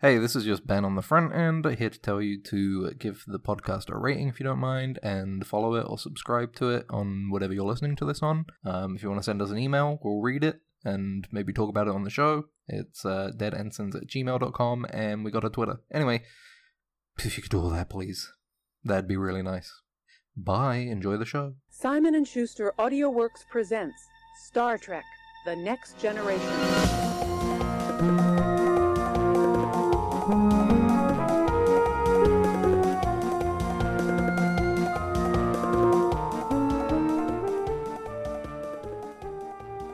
Hey, this is just Ben on the front end, here to tell you to give the podcast a rating if you don't mind, and follow it or subscribe to it on whatever you're listening to this on. Um, if you want to send us an email, we'll read it and maybe talk about it on the show. It's uh, deadensigns at gmail.com, and we got a Twitter. Anyway, if you could do all that, please, that'd be really nice. Bye, enjoy the show. Simon and Schuster AudioWorks presents Star Trek: The Next Generation.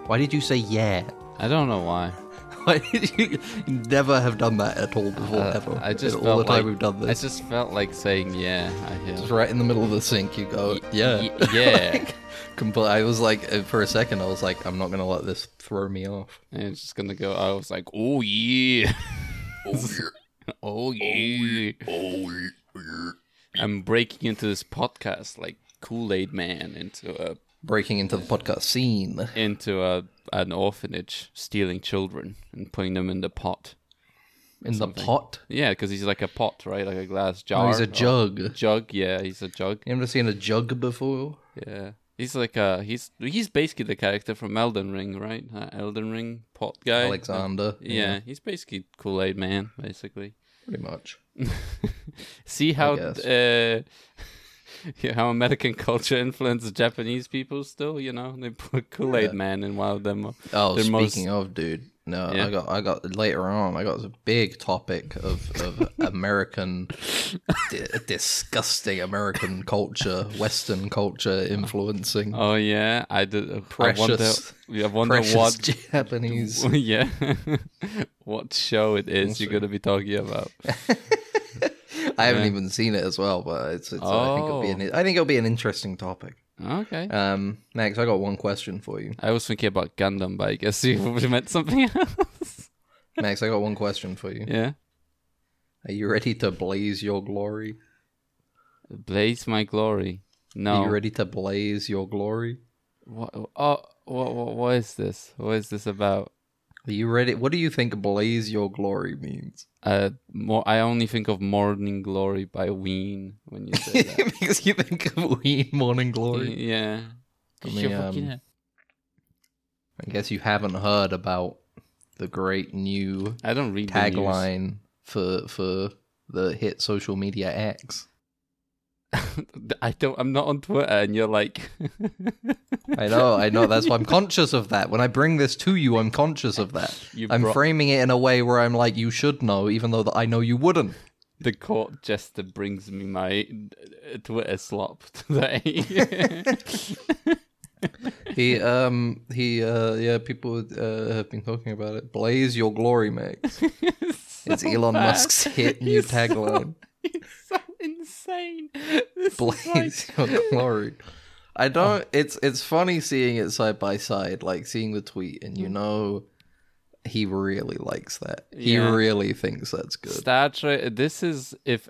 Why did you say yeah? I don't know why. Why did you you never have done that at all before Uh, ever? I just all felt the time like- we've done I this. just felt like saying yeah. I hear. Just right in the middle of the sink, you go, Y- yeah, y- yeah. Like, compl- I was like, uh, for a second, I was like, I'm not gonna let this throw me off. And it's just gonna go. I was like, oh yeah, oh yeah, I'm breaking into this podcast like Kool Aid Man into a Breaking into the podcast scene. into a an orphanage, stealing children and putting them in the pot. In the Something. pot? Yeah, because he's like a pot, right? Like a glass jar. Oh, he's a or- jug. You Jug, yeah, he's a jug. ever seen a jug before? Yeah, he's like uh he's he's basically the character from Elden Ring, right? Uh, Elden Ring pot guy. Alexander. uh, Yeah, he's basically Kool Aid Man, basically. Pretty much. See how guess. uh, yeah, how American culture influences Japanese people. Still, you know, they put Kool Aid Yeah. Man in one of them. uh, Oh, their most- speaking of, dude. No, Yeah. I got, I got later on. I got a big topic of of American, di- disgusting American culture, Western culture influencing Oh yeah, I did. Precious- I wonder, I wonder precious what. Japanese. yeah, what show it is you're gonna be talking about? I haven't even seen it as well, but it's. it's I think it'll be Oh. an. I think it'll be an interesting topic. Okay. Um, Max, I got one question for you. I was thinking about Gundam, but I guess you meant something else. Max, I got one question for you. yeah. Are you ready to blaze your glory? Blaze my glory. No. Are you ready to blaze your glory? What, oh, what, what, what is this? What is this about? Are you ready? What do you think blaze your glory means? Uh, more. I only think of Morning Glory by Ween when you say that. because you think of Ween Morning Glory. yeah. I mean, um, I guess you haven't heard about the great new I don't read the news. tagline for for the hit social media X. I don't. I'm not on Twitter, and you're like, I know, I know. That's why I'm conscious of that. When I bring this to you, I'm conscious of that. You I'm brought- framing it in a way where I'm like, you should know, even though that I know you wouldn't. the court jester brings me my uh, Twitter slop today. He, um, he, uh, yeah, people uh, have been talking about it. Blaze your glory, Max. it's Elon bad. Musk's hit new It's so- tagline. it's so insane. This Blaze Is like, your glory. Oh. I don't. It's it's funny seeing it side by side, like seeing the tweet, and you know, he really likes that. He Yeah. really thinks that's good. Star Trek. This is if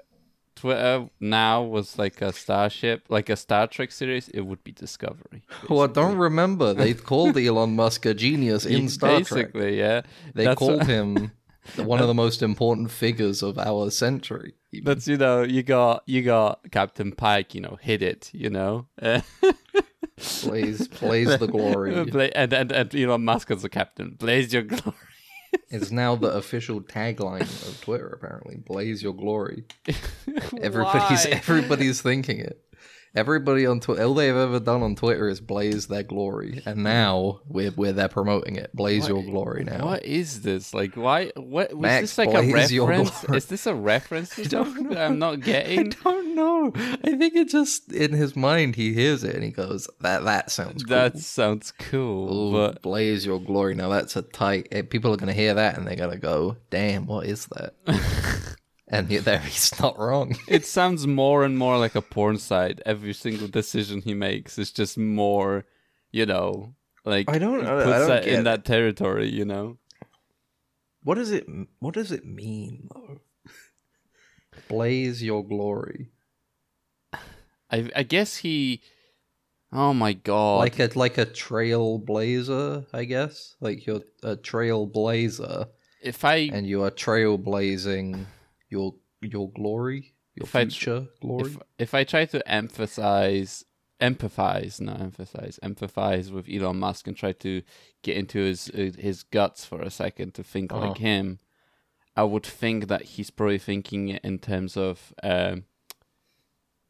Twitter now was like a starship, like a Star Trek series, it would be Discovery. Well, I don't remember. They called Elon Musk a genius in Star Trek. Basically, yeah. They That's called what- him one of the most important figures of our century. That's you know you got you got Captain Pike. You know, hit it. You know. Uh, Plays plays the glory. Bla- and, and and Elon Musk as the captain. Blaze your glory. It's now the official tagline of Twitter. Apparently, blaze your glory. Everybody's Why? everybody's thinking it. Everybody on Twitter, all they've ever done on Twitter is blaze their glory, and now we're we're there promoting it. Blaze your glory now. What is this? Like, why? What was Max, this like a blaze your reference? glory. Is this a reference to something that I'm not getting? don't know. I think it just in his mind he hears it and he goes, "That that sounds cool." That sounds cool, Ooh, but blaze your glory. Now that's a tight. eh, People are gonna hear that and they're gonna go, "Damn, what is that?" and yet there he's not wrong. it sounds more and more like a porn site. Every single decision he makes is just more, you know, like I don't- he I- I puts don't that get in that territory, you know. What does it? What does it mean though? Blaze your glory, I I guess he. Oh my god! like a like a trailblazer, I guess. Like you're a trailblazer, if I and you are trailblazing your your glory, your If I tr- future glory. if, if I try to emphasize, empathize, not emphasize, empathize with Elon Musk and try to get into his uh, his guts for a second to think Uh-huh. like him, I would think that he's probably thinking it in terms of um,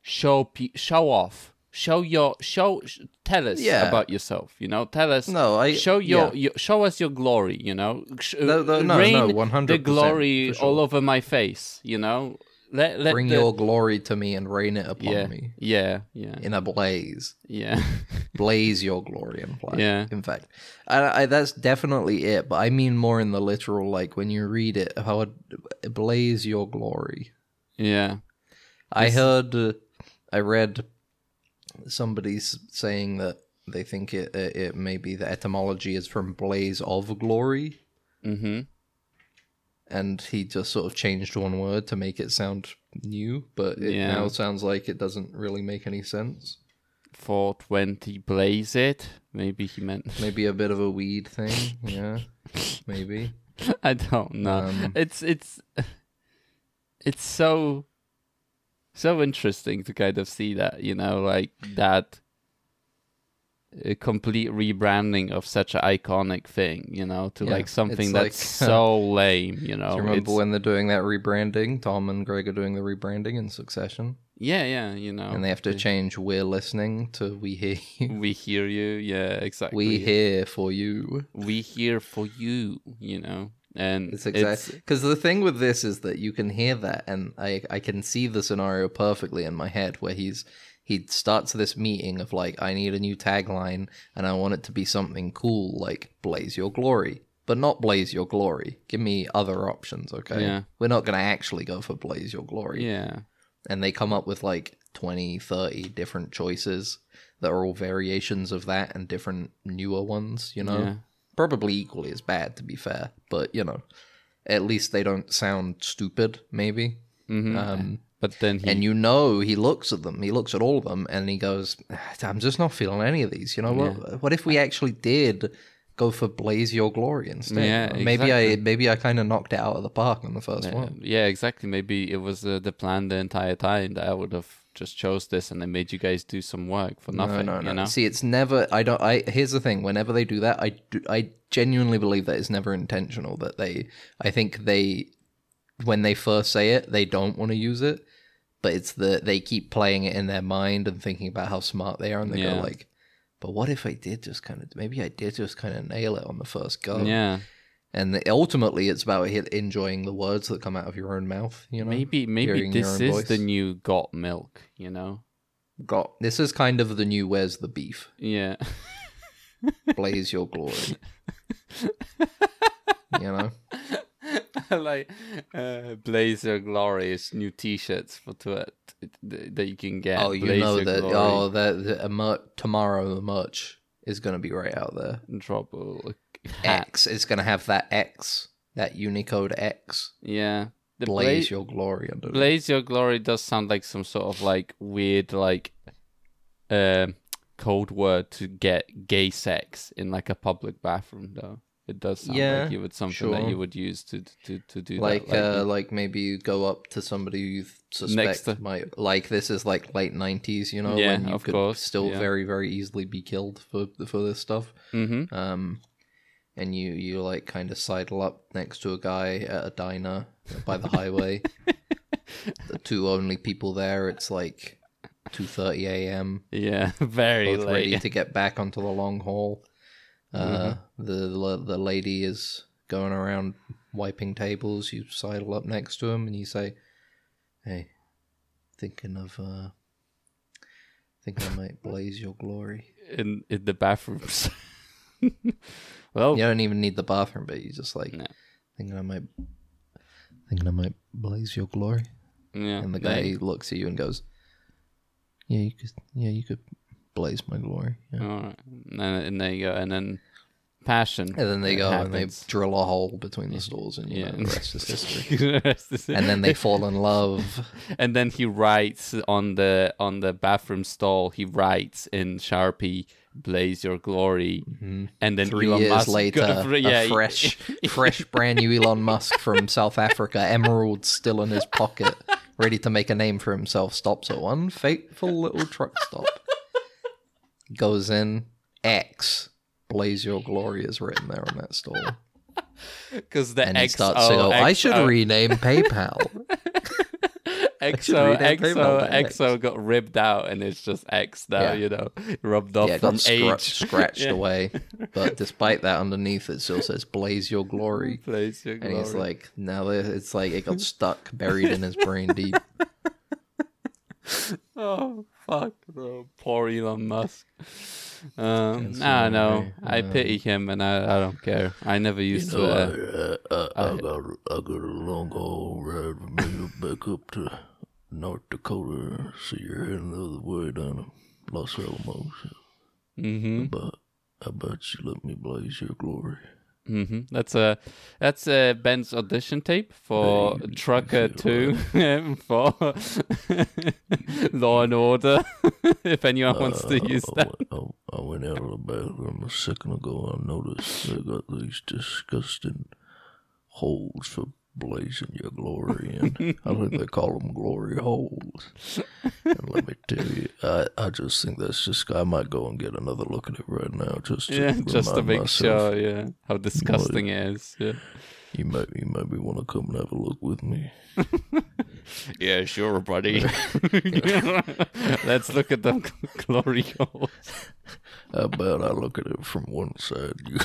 show pe- show off, show your show, sh- tell us Yeah. about yourself. You know, tell us. No, I- show your, yeah. your show us your glory. You know, Sh- No, no, no, rain no, the 100%, glory for sure. all over my face. You know. Let, let Bring the- your glory to me and rain it upon yeah, me Yeah, yeah, in a blaze. yeah. blaze your glory and flag. Yeah. In fact, I, I, that's definitely it. But I mean more in the literal, like when you read it, how it blaze your glory. yeah. I heard, uh, I read somebody s- saying that they think it, it it may be the etymology is from blaze of glory, Mm-hmm. and he just sort of changed one word to make it sound new, but it Yeah. now sounds like it doesn't really make any sense. Four twenty blaze it. Maybe he meant. Maybe a bit of a weed thing, yeah, maybe. I don't know. Um, it's it's it's so so interesting to kind of see that you know like that a complete rebranding of such an iconic thing you know to Yeah, like something it's that's like- so lame you Do you know Oh, It's- remember when they're doing that rebranding? Tom and Greg are doing the rebranding in Succession, yeah yeah you know and they have to change "We're listening" to "We hear you." we hear you yeah exactly We hear for you. we here for you you know and It's exactly because the thing with this is that you can hear that, and I I can see the scenario perfectly in my head where he's he starts this meeting of like I need a new tagline and I want it to be something cool like "Blaze Your Glory," but not "Blaze Your Glory." Give me other options, okay? Yeah. We're not gonna actually go for "Blaze Your Glory." yeah and they come up with like 20 30 different choices that are all variations of that and different newer ones you know Yeah. probably equally as bad to be fair but you know at least they don't sound stupid maybe Mhm. um but then he and you know he looks at them he looks at all of them and he goes "Ah, i'm just not feeling any of these you know what what if we actually did go for blaze your glory instead Yeah, maybe i maybe i kind of knocked it out of the park on the first one uh, yeah exactly maybe it was uh, the plan the entire time that i would have just chose this and I made you guys do some work for nothing No, no, no. you know See, it's never. I don't. I here's the thing. Whenever they do that, I do, I genuinely believe that it's never intentional. That they. I think they, when they first say it, they don't want to use it, but it's the they keep playing it in their mind and thinking about how smart they are, and they Yeah. go like, "But what if I did just kind of? Maybe I did just kind of nail it on the first go." yeah And the, ultimately, it's about he- enjoying the words that come out of your own mouth. You know, maybe maybe hearing your this own is the voice. new got milk you know got. This is kind of the new. Where's the beef? yeah blaze your glory. you know, like uh, blazer glory is new t-shirts for tw- t- that you can get oh, you Blaze know Your that. Glory. Oh, that the, a mer- tomorrow the merch is gonna be right out there. trouble eh, X, it's gonna have that X, that Unicode X. yeah the Blaze bla- your glory under it. Blaze Your Glory does sound like some sort of like weird like um code word to get gay sex in like a public bathroom though. It does sound Yeah, like you would something that sure. you would use to to to do Like, that. uh, you- like maybe you go up to somebody you th- Next suspect to- might like this is like late nineties, you know, Yeah, when you of could course, still yeah. very, very easily be killed for for this stuff. Mhm. um, and you you like kind of sidle up next to a guy at a diner by the highway. the two only people there. It's like two thirty a.m. yeah, very Both ready late. to get back onto the long haul. Uh, the, the the lady is going around wiping tables. You sidle up next to him and you say, "Hey, thinking of uh, think I might blaze your glory." in in the bathrooms. well, You don't even need the bathroom, but you just like Oh. No. thinking I might thinking I might blaze your glory. yeah, And the guy they- looks at you and goes, "Yeah, you could. Yeah, you could blaze my glory." Yeah. all right. and, then- and there you go, and then passion. And then they It go and they happens. drill a hole between the stalls, and you Yeah. know, the rest is history. The rest is- and then they fall in love. and then he writes on the on the bathroom stall he writes in sharpie blaze your glory, and then Three Elon years Musk later, got a, yeah, a fresh, fresh, brand new Elon Musk from South Africa, emerald still in his pocket, ready to make a name for himself, stops at one fateful little truck stop. Goes in, X, Blaze Your Glory is written there on that stall. because the And he X starts to go, I should XO rename PayPal. should XO rename PayPal XO by X. XO got ribbed out, and it's just X now. Yeah. You know, rubbed off yeah, it from got scra- age. scratched Yeah. away. But despite that, underneath it still says Blaze Your Glory. Blaze your And glory. he's like, no, it's like it got stuck, buried in his brain deep. Oh fuck, bro. Poor Elon Musk. Um, It's nah, no, alright, I pity him, and I, I don't care. I never used to. Uh, I got I got a long haul ride from here back up to North Dakota. So you're heading the other way down to Los Alamos. hmm But I bet you let me blaze your glory. hmm That's a that's a Ben's audition tape for Trucker Two for Law and Order. if anyone wants Oh, to use I, that, went, I, I went out of the bathroom a second ago. I noticed they got these disgusting holes for blazing your glory in. I think they call them glory holes. And let me tell you, I, I just think that's just. I might go and get another look at it right now, just to yeah, just to remind make myself. sure, yeah, how disgusting it is. Yeah. You might, you maybe want to come and have a look with me. Yeah, sure, buddy. Let's look at them glory holes. How about I look at it from one side, you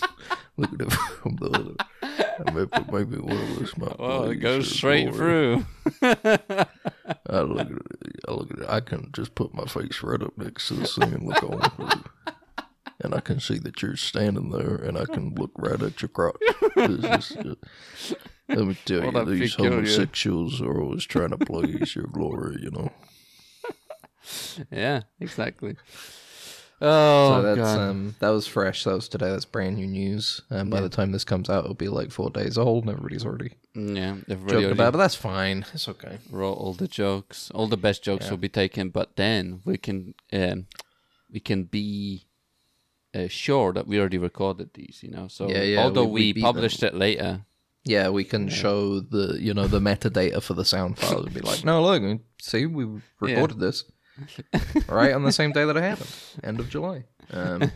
look at it from the other. And maybe, maybe one of us might. Well, it blaze goes your straight glory. through. I look at it. I look at it. I can just put my face right up next to this thing and look on through. And I can see that you're standing there, and I can look right at your crotch. This is, uh, let me tell What a you, these peculiar- homosexuals are always trying to please your glory, you know. Yeah, exactly. so Oh, that's God. um, that was fresh. That was today. That's brand new news. And by the time this comes out, it'll be like four days old, and everybody's already yeah, they've joking really about. it, But that's fine. It's okay. wrote all the jokes. All the best jokes will be taken, but then we can um, we can be uh, sure that we already recorded these, you know. So Yeah, yeah, although we- we we, beat them. published it later, Yeah, we can show the you know the metadata for the sound files and be like, no, look, see, we recorded this right on the same day that it happened, end of July. Um,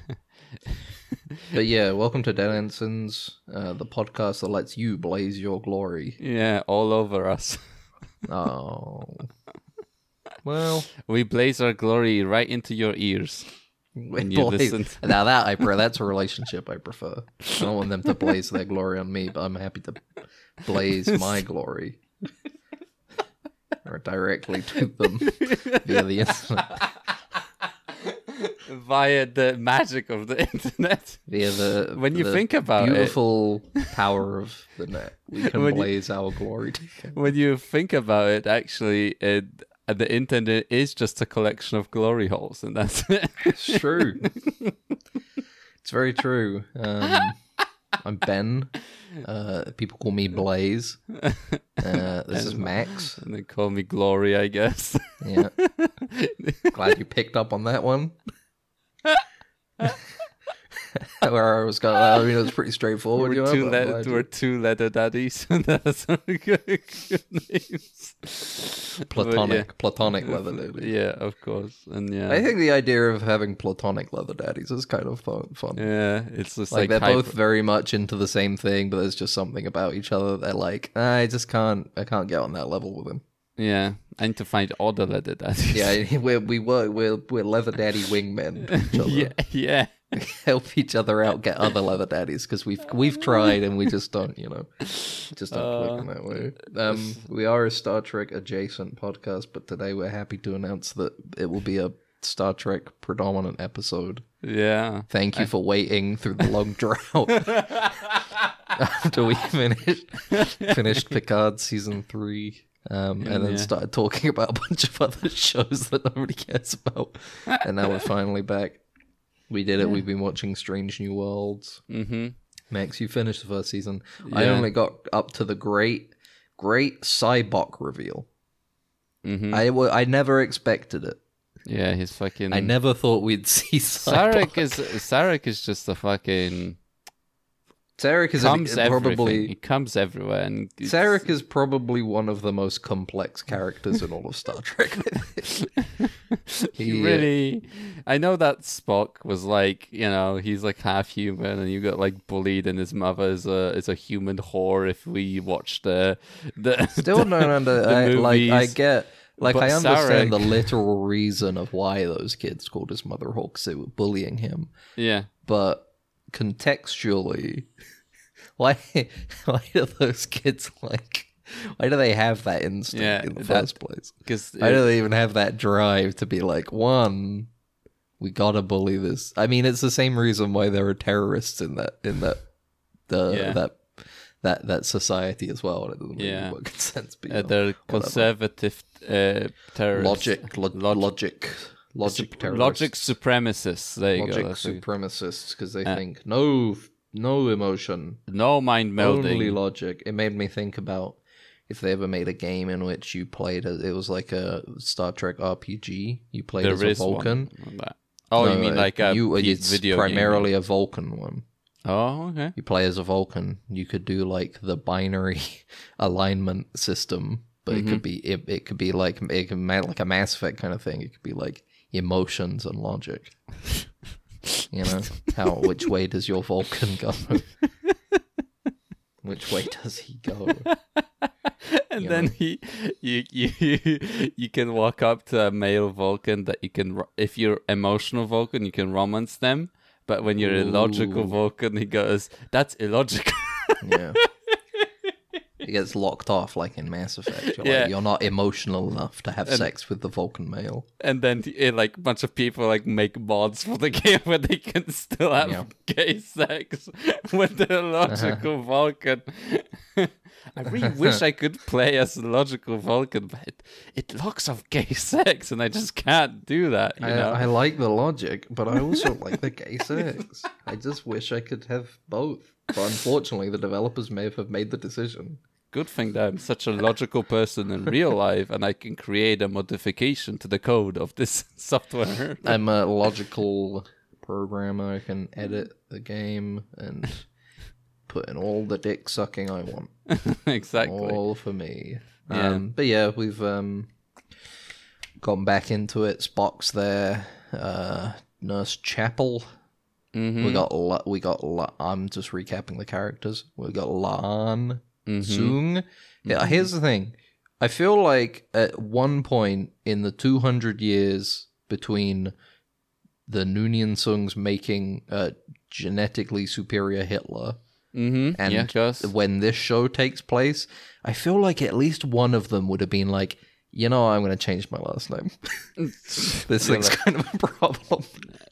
but yeah, welcome to Dead Ensigns, uh, the podcast that lets you blaze your glory. yeah, all over us. Oh, well, we blaze our glory right into your ears. When you listen to- Now that I pre- that's a relationship I prefer. I don't want them to blaze their glory on me, but I'm happy to blaze my glory or directly to them via the internet, via the magic of the internet. via the When you the think about it- beautiful power of the net. We can When you- blaze our glory. To When you think about it, actually, it, uh, the internet is just a collection of glory holes, and that's it. it's true. It's very true. Um, I'm Ben. Uh, people call me Blaze. Uh, this is Max. and they call me glory, I guess. Yeah. Glad you picked up on that one. Where I was going, I mean, it was pretty straightforward. you we're know, two, but I'm glad le- you- we're two letter daddies, and that's our good, good names. But platonic, platonic yeah. leather daddy. Yeah, of course, and yeah, I think the idea of having platonic leather daddies is kind of fun. fun. yeah, it's just Like, like, they're hyper- both very much into the same thing, but there's just something about each other. They're like, "Ah, I just can't, I can't get on that level with him. Yeah, I need to find other letter daddies. Yeah, we're, we were, we're, we're leather daddy wingmen. to each other. yeah, yeah. help each other out get other leather daddies because we've we've tried and we just don't you know just don't click in that way um we are a star trek adjacent podcast but today we're happy to announce that it will be a star trek predominant episode yeah. thank you for waiting through the long drought after we finished finished picard season three um, and then Yeah. started talking about a bunch of other shows that nobody cares about and now we're finally back we did it we've been watching strange new worlds Mm-hmm. max you finished the first season i Yeah. only got up to the great great cybok reveal Mm-hmm. I, wa- I never expected it Yeah, he's fucking. I never thought we'd see Cyborg. Mm. Sarek is Sarek is just a fucking Sarek is comes an, everything. He probably comes everywhere and it's- Sarek is probably one of the most complex characters in all of Star Trek. he Yeah. really I know that Spock was like, you know, he's like half human and you got like bullied and his mother is a is a human whore if we watched the the Still no, no, no. the I, like I movies. get, like But I understand Sarek- the literal reason of why those kids called his mother Hawk. 'cause They were bullying him, Yeah. but contextually, why, why do those kids like? Why do they have that instinct Yeah, in the that- first place? Because Why do they even have that drive to be like one? We gotta bully this. I mean, it's the same reason why there are terrorists in that in that the Yeah. that that that society as well. and It doesn't Yeah. make fucking sense. But, uh, you know, they're conservative uh, terrorists. logic, lo- logic, logic, terrorists, Logic supremacists. There you logic go. that's it. supremacists, because they Uh, think no, f- no emotion, No mind only melding. logic. It made me think about if they ever made a game in which you played as it was like a Star Trek RPG. You played There as a is one Vulcan. on that. Oh, you No, mean uh, like a you, P- it's video game. primarily a Vulcan one. Oh, okay. You play as a Vulcan. You could do like the binary alignment system, but it could be Mm-hmm. it, it could be like it could ma- like a Mass Effect kind of thing. It could be like emotions and logic. you know how which way does your Vulcan go? which way does he go? and you then know? he, you, you, you can walk up to a male Vulcan that you can, ro- if you're emotional Vulcan, you can romance them. But when you're illogical Ooh. Vulcan, he goes, "That's illogical." Yeah. It gets locked off like in Mass Effect. You're, Yeah. like, you're not emotional enough to have sex with the Vulcan male. and then it, like a bunch of people like make mods for the game where they can still have Yeah. Uh-huh. gay sex with the logical Vulcan. I really wish I could play as a logical Vulcan, but it, it locks off gay sex, and I just can't do that. You know? I, I like the logic, but I also like the gay sex. I just wish I could have both. But unfortunately, the developers may have made the decision. Good thing that I'm such a logical person in real life, and I can create a modification to the code of this software. I'm a logical programmer. I can edit the game and put in all the dick sucking I want. exactly. All for me. Yeah. Um, but yeah, we've um, gone back into it. Spock's there. Uh, Nurse Chapel. Mhm. We got La- we got La- I'm just recapping the characters. We got Lan Mhm. Sung. Yeah, here's the thing. I feel like at one point in the 200 years between the Noonien Sungs making a genetically superior Hitler Mhm. and yeah, Gus. when this show takes place, I feel like at least one of them would have been like, you know, I'm going to change my last name. this Yeah, thing's like- kind of a problem.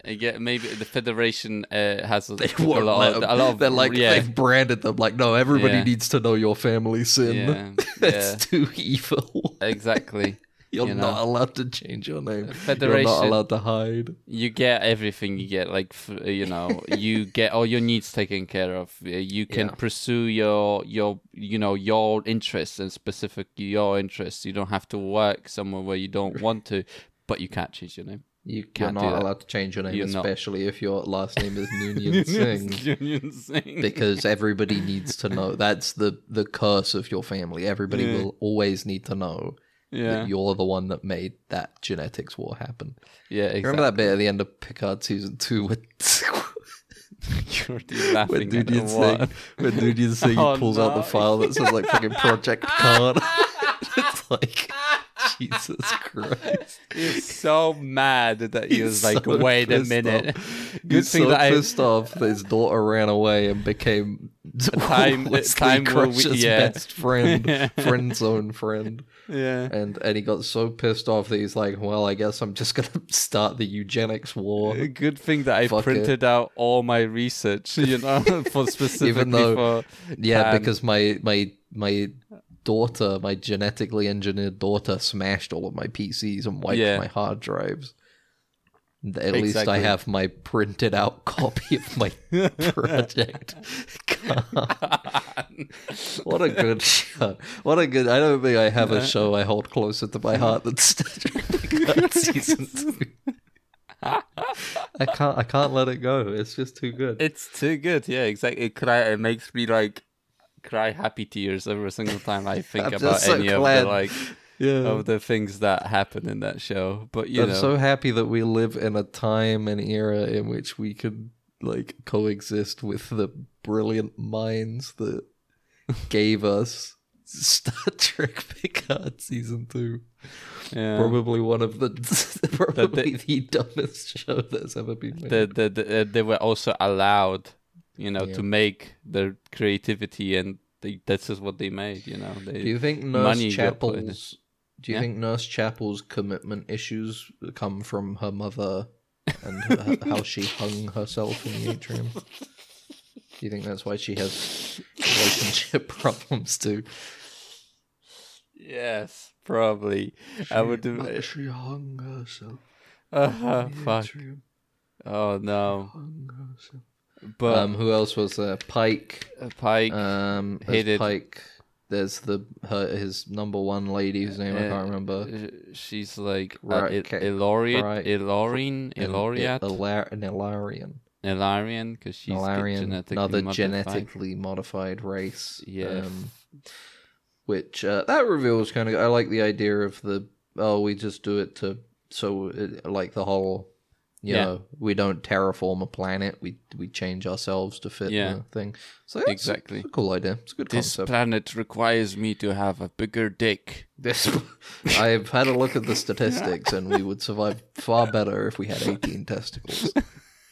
Uh, Yeah, maybe the Federation uh, has a, They took a won't lot, let of, 'em. a lot of They're like yeah, they've branded them. Like, no, everybody Yeah. needs to know your family sin. yeah, That's yeah, too evil. exactly. You're you know. not allowed to change your name. You're Federation- not allowed to hide. You get everything. You get like f- you know, you get all your needs taken care of. Uh, You can Yeah. pursue your your you know your interests and specifically your interests. You don't have to work somewhere where you don't want to, but you can't change your name. You can't are do not that. allowed to change your name, You're not. especially if your last name is Noonien Singh. Union Singh. Because everybody needs to know. That's the the curse of your family. Everybody will always need to know yeah, that you're the one that made that genetics war happen. yeah. Exactly. You Remember that bit at the end of Picard season two with You're already laughing When at Nudian the Singh, what? when Nudian Singh Oh, pulls out the no. file that says like fucking Project Card. it's like Jesus Christ. He's so mad that he was He's like, so "Wait a pissed minute." off. Good He's thing so that I pissed off that his daughter ran away and became time- Wesley time will we- Crusher's yeah. best friend, friend zone friend. yeah. And and he got so pissed off that he's like, well, I guess I'm just gonna start the eugenics war. A Good thing that I Fuck it. printed out all my research, you know, for specifically though- for Yeah, Can- because my my my daughter, my genetically engineered daughter, smashed all of my PCs and wiped Yeah. my hard drives. At least I Exactly. have my printed out copy of my project. God. what a good shot. What a good. I don't think I have a show I hold closer to my heart than Star Trek God season three. I can't. I can't let it go. It's just too good. It's too good. Yeah, exactly. It cry. It makes me like cry happy tears every single time I think I'm about just so any of glad. the like yeah. of the things that happen in that show. But you I'm know, so happy that we live in a time and era in which we could like coexist with the brilliant minds that gave us Star Trek Picard season two. yeah. Probably one of the probably they- the dumbest show that's ever been made. the, the, the, uh, they were also allowed, you know, Yeah. to make their creativity, and they, this is what they made. You know, they, do you think Nurse money got put in it. Chapel's do you Yeah? think Nurse Chapel's commitment issues come from her mother and her, how she hung herself in the atrium? Do you think that's why she has relationship problems too? yes, probably. I would. Like do. she hung herself. Uh, in the fuck. atrium, Oh no. Hung herself. But Um, who else was there? Pike. uh, Pike. Um, there's hated- Pike. There's the her, his number one lady whose name I Uh, can't remember. uh, she's like Right, right, okay, Ilorian, right. Ilorian, An- Iloriat, Ilar- an Ilarian. Ilarian, because she's Malarian, genetically another modified. genetically modified race. um, Yeah. which uh, that reveal was kind of. I like the idea of the oh, we just do it to so it, like the whole. You Yeah. know, we don't terraform a planet. We we change ourselves to fit Yeah. the thing. So that's, Exactly. it's a cool idea. It's a good This concept. planet requires me to have a bigger dick. This, I've had a look at the statistics, and we would survive far better if we had 18 testicles.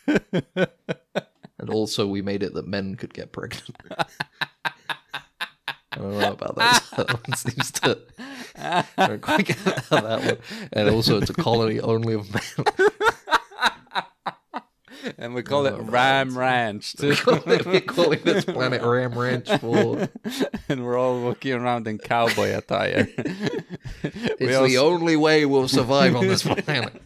and also, we made it that men could get pregnant. I don't know about that. That one seems to. I don't quite get that one. And also, it's a colony only of men. And we call it Ram Ranch, too. We're calling this planet Ram Ranch for. and we're all walking around in cowboy attire. we It's all the only way we'll survive on this planet.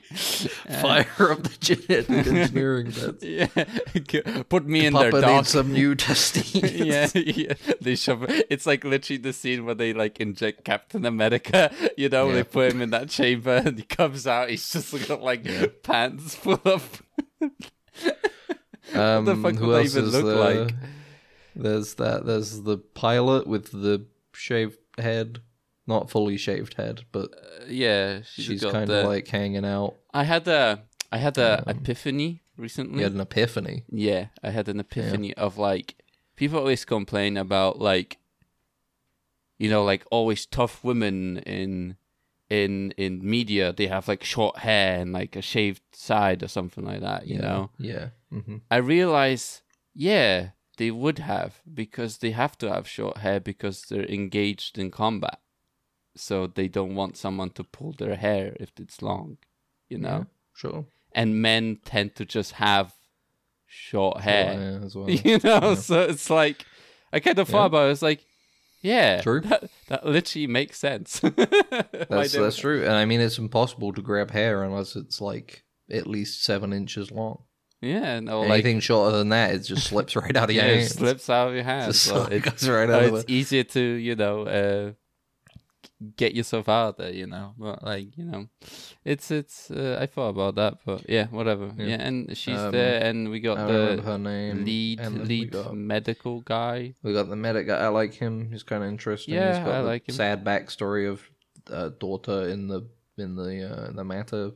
Fire up the genetic engineering bits. yeah, put me in Papa there, dog. needs some new testes. yeah, yeah, they shove. It's like literally the scene where they like inject Captain America. You know, Yeah. they put him in that chamber, and he comes out. He's just got like pants full of. Um, the fuck who would they else even is look there? like? There's that. There's the pilot with the shaved head, not fully shaved head, but Uh, Yeah, she's kind of like hanging out. I had a, I had a epiphany recently. He had an epiphany. Yeah, I had an epiphany of like people always complain about like you know like always tough women in in in media they have like short hair and like a shaved side or something like that, you yeah. know. Yeah. hmm I realize yeah, they would have because they have to have short hair because they're engaged in combat. So they don't want someone to pull their hair if it's long, you know. Sure. And men tend to just have short hair Yeah, as well. you know so it's like i kind of thought Yeah. about it it's like yeah True. that, that literally makes sense That's that's true. And I mean, it's impossible to grab hair unless it's like at least seven inches long. yeah no like Anything shorter than that, it just slips right out of yeah, your it hands. slips out of your hands Just so it it- goes right so out of Oh, it. it's easier to you know uh get yourself out there you know but like you know it's it's uh, i thought about that but yeah whatever yeah, Yeah. and she's Um, there and we I got don't remember the her name. lead and then we lead got- medical guy We got the medic. I like him. He's kind of interesting. Yeah, He's got I the like him. Sad backstory of uh, daughter in the in the uh, in the matter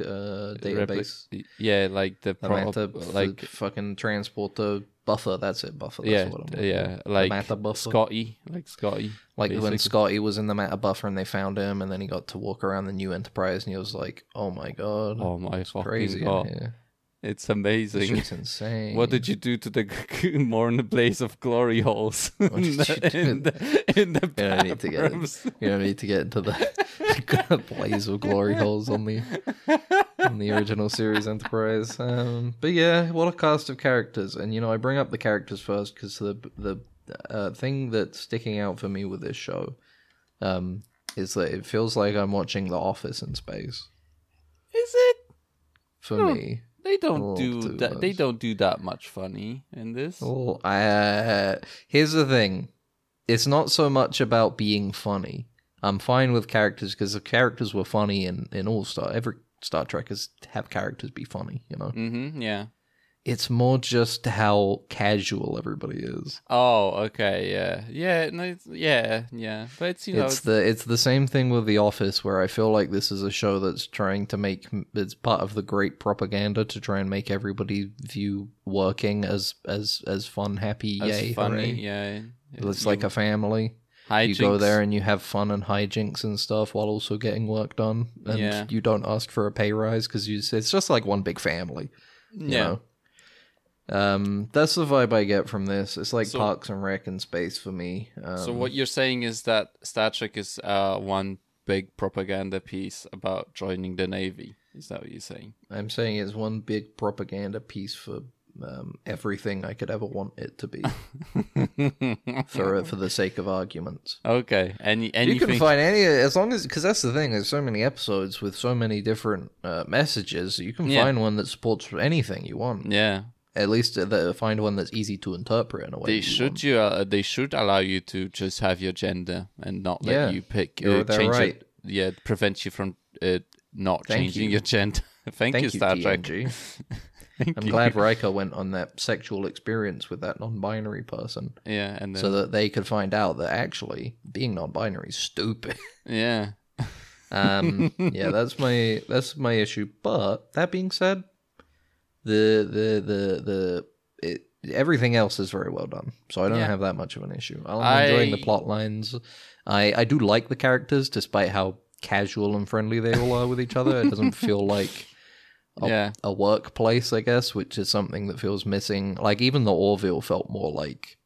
uh, database. Repli- yeah like the, The pro- matter, like like fucking transporter buffer. That's it, buffer. That's yeah, what I'm d- looking yeah, for. The like matter buffer. Scotty, like Scotty, like when basically. Scotty was in the matter buffer and they found him, and then he got to walk around the new Enterprise, and he was like, "Oh my god, Oh my fucking crazy in god, here. it's This amazing! shit's insane." What did you do to the Morn Blaze of Glory holes in did you the do? in the, in the Yeah, I need to get it. bathrooms? You don't need to get into the blaze of glory holes on the on the original series Enterprise. Um, but yeah, what a cast of characters! And you know, I bring up the characters first because the the uh, thing that's sticking out for me with this show um, is that it feels like I'm watching The Office in space. Is it? for Hmm. me. They Oh, don't do too that. They much. don't do that much funny in this. Oh, uh, here's the thing. It's not so much about being funny. I'm fine with characters because the characters were funny in, in all Star. Every Star Trek has have characters be funny, you know. Mm-hmm. Yeah. It's more just how casual everybody is. Oh, okay. Yeah. Yeah. No. it's- Yeah. Yeah. But it's you know. it's it's- the it's the same thing with The Office, where I feel like this is a show that's trying to make it's part of the great propaganda to try and make everybody view working as as as fun, happy, That's yay, funny. hooray. Yeah. It's like a family. high you go there and you have fun and hijinks and stuff while also getting work done, and Yeah. you don't ask for a pay rise because you. It's just like one big family. You yeah. Know? Um, that's the vibe I get from this. It's like So- Parks and Rec in space for me. Um, so what you're saying is that Star Trek is uh, one big propaganda piece about joining the navy. Is that what you're saying? I'm saying is one big propaganda piece for um, everything I could ever want it to be, for for the sake of arguments. okay. Any anything? You can find any as long as because that's the thing. There's so many episodes with so many different uh, messages. You can Yeah. find one that supports anything you want. yeah. At least uh, the, find one that's easy to interpret in a way. They you should want. you. Uh, they should allow you to just have your gender and not let Yeah, you pick. you're- uh, they're change right. it. Yeah, prevent you from uh, not Thank changing you. your gender. Thank, Thank you, you, Star Trek. TNG. Thank I'm you. glad Riker went on that sexual experience with that non-binary person, Yeah, and then, so that they could find out that actually being non-binary is stupid. yeah, Um, yeah, that's my that's my issue. But that being said, the the the the it, everything else is very well done, so I don't Yeah. have that much of an issue. I'm enjoying I- the plot lines. I I do like the characters, despite how casual and friendly they all are with each other. It doesn't feel like. A, Yeah. a workplace, I guess, which is something that feels missing. Like even the Orville felt more like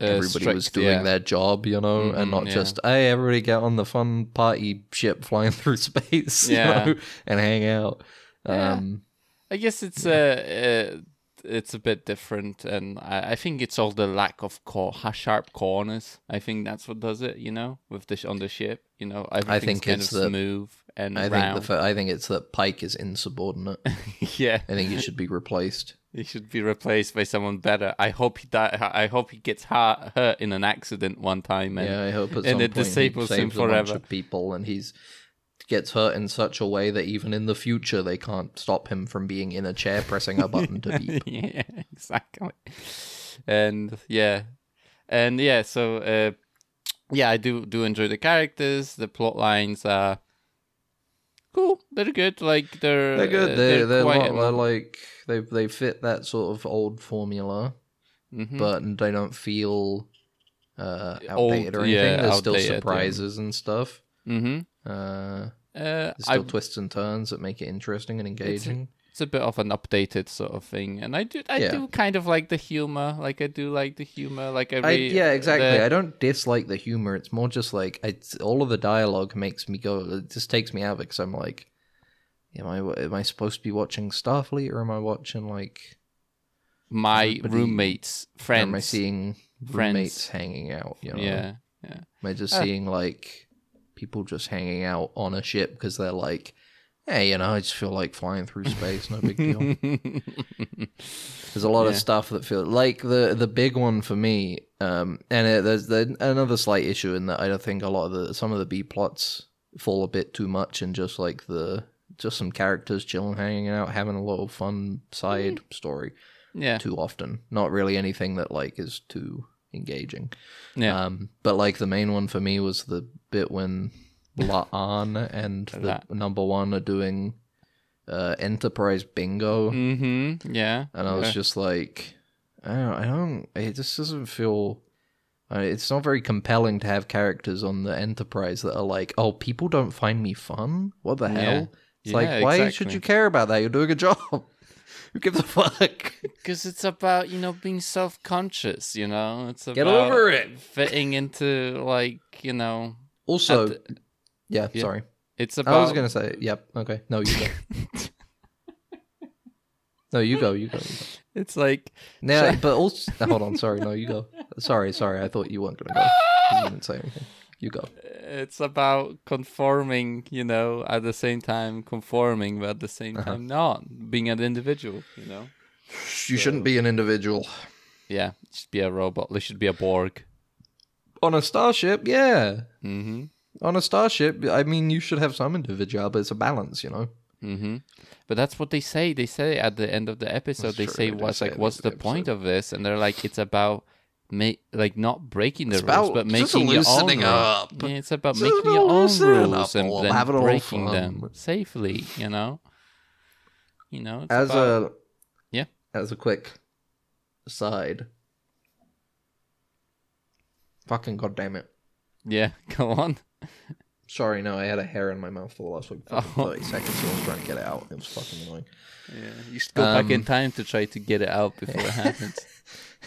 Uh, everybody was strict, doing yeah. their job, you know, Mhm, and not yeah. just hey, everybody get on the fun party ship flying through space, Yeah. you know, and hang out. Yeah. Um, I guess it's uh, uh, it's a bit different, and I, I think it's all the lack of cor- ha- sharp corners. I think that's what does it. You know, with the sh- on the ship, you know, everything's think kind it's of the- smooth and I think the round. fa- I think it's that Pike is insubordinate. I yeah, think he should be replaced. he should be replaced by someone better. I hope he die- I hope he gets hurt, hurt in an accident one time. And, Yeah, I hope at and some it point he disables him saves a bunch forever. of people, and he's gets hurt in such a way that even in the future they can't stop him from being in a chair pressing a button to beep. yeah, exactly. And yeah, and yeah. So uh, yeah, I do do enjoy the characters. The plot lines are cool. They're good. Like they're They're uh, good. They're, they're, quite not, an- they're like they they fit that sort of old formula. Mhm. but they don't feel uh, outdated Old, or anything. yeah, There's outdated, still yeah. surprises and stuff. Mhm. Uh, Uh, there's I- still twists and turns that make it interesting and engaging. it's a bit of an updated sort of thing, and I do I Yeah. do kind of like the humor. Like I do like the humor. Like every I, yeah, exactly. the- I don't dislike the humor. It's more just like it's, all of the dialogue makes me go. It just takes me out because I'm like, am I am I supposed to be watching Starfleet or am I watching like my everybody- roommates friends. am I seeing Friends. roommates hanging out? You know? Yeah, yeah. Am I just Uh. seeing like people just hanging out on a ship because they're like, hey, you know, I just feel like flying through space, no big deal. There's a lot of Yeah. stuff that feel like the the big one for me, um, and it, there's the, another slight issue in that I don't think a lot of the some of the B plots fall a bit too much and just like the just some characters chilling, hanging out, having a little fun side story Mm. yeah. too often. Not really anything that like is too engaging. Yeah. Um, but like the main one for me was the bit when Laan and the Laan. number one are doing uh, Enterprise Bingo, Mm-hmm. Yeah. Uh, and I was just like, I don't, I don't, it just doesn't feel. Uh, it's not very compelling to have characters on the Enterprise that are like, oh, people don't find me fun. What the Yeah. hell? It's like, Yeah, why should you exactly. care about that? You're doing a job. Who gives a fuck? Because it's about you know being self-conscious. You know, it's about Get over it. Fitting into like you know, Also, At yeah, yeah. sorry. it's I about. was gonna say, yep, okay. No, you go. no, you go, you go. you go. It's like Now, but also, hold on. Sorry, no, you go. Sorry, sorry. I thought you weren't gonna go. 'cause You didn't say anything. You go. it's about conforming, you know, at the same time conforming, but at the same Uh-huh. time not being an individual, you know. You shouldn't be an individual Yeah, should be a robot. They should be a Borg. on a starship. Yeah, Mm-hmm. on a starship. I mean, you should have some individual, but it's a balance, you know. Mm-hmm. But that's what they say. They say at the end of the episode, That's they true, say they do what's say at like, the what's end the of the point of this? And they're like, it's about make like not breaking the It's rules, about but just making your own. loosening rules. up. Yeah, it's about Just making your own loosening up rules a and little, then having a little breaking them fun. safely. You know. You know. it's As about- a Yeah. as a quick aside. Fucking goddamn it! yeah, go on. Sorry, no, I had a hair in my mouth for the last like fucking Oh. thirty seconds. So I was trying to get it out. It was fucking annoying. Yeah, you should go back in time to try to get it out before it happens.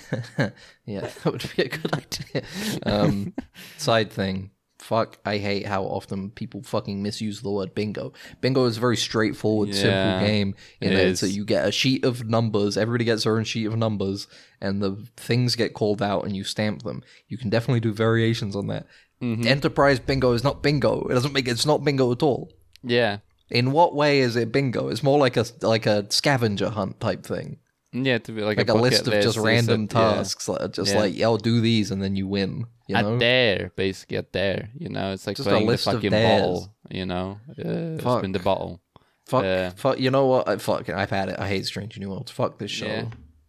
yeah, that would be a good idea. Um, side thing. Fuck, I hate how often people fucking misuse the word bingo. Bingo is a very straightforward, Yeah, simple game. In it that it's is. that you get a sheet of numbers, everybody gets their own sheet of numbers, and the things get called out and you stamp them. You can definitely do variations on that. Mm-hmm. Enterprise bingo is not bingo. It doesn't make it's not bingo at all. Yeah, In what way is it bingo? It's more like a like a scavenger hunt type thing yeah, to be like, like a, bucket list of just is a- random yeah. tasks, like, just Yeah. like yo, do these and then you win. You at know, there, basically at there. You know, it's like Just a playing the list of fucking dares. bottle. You know, uh, Fuck. spin the bottle. fuck, yeah. fuck. You know what? I, fuck, I've had it. I hate Strange New Worlds. Fuck this show. Yeah.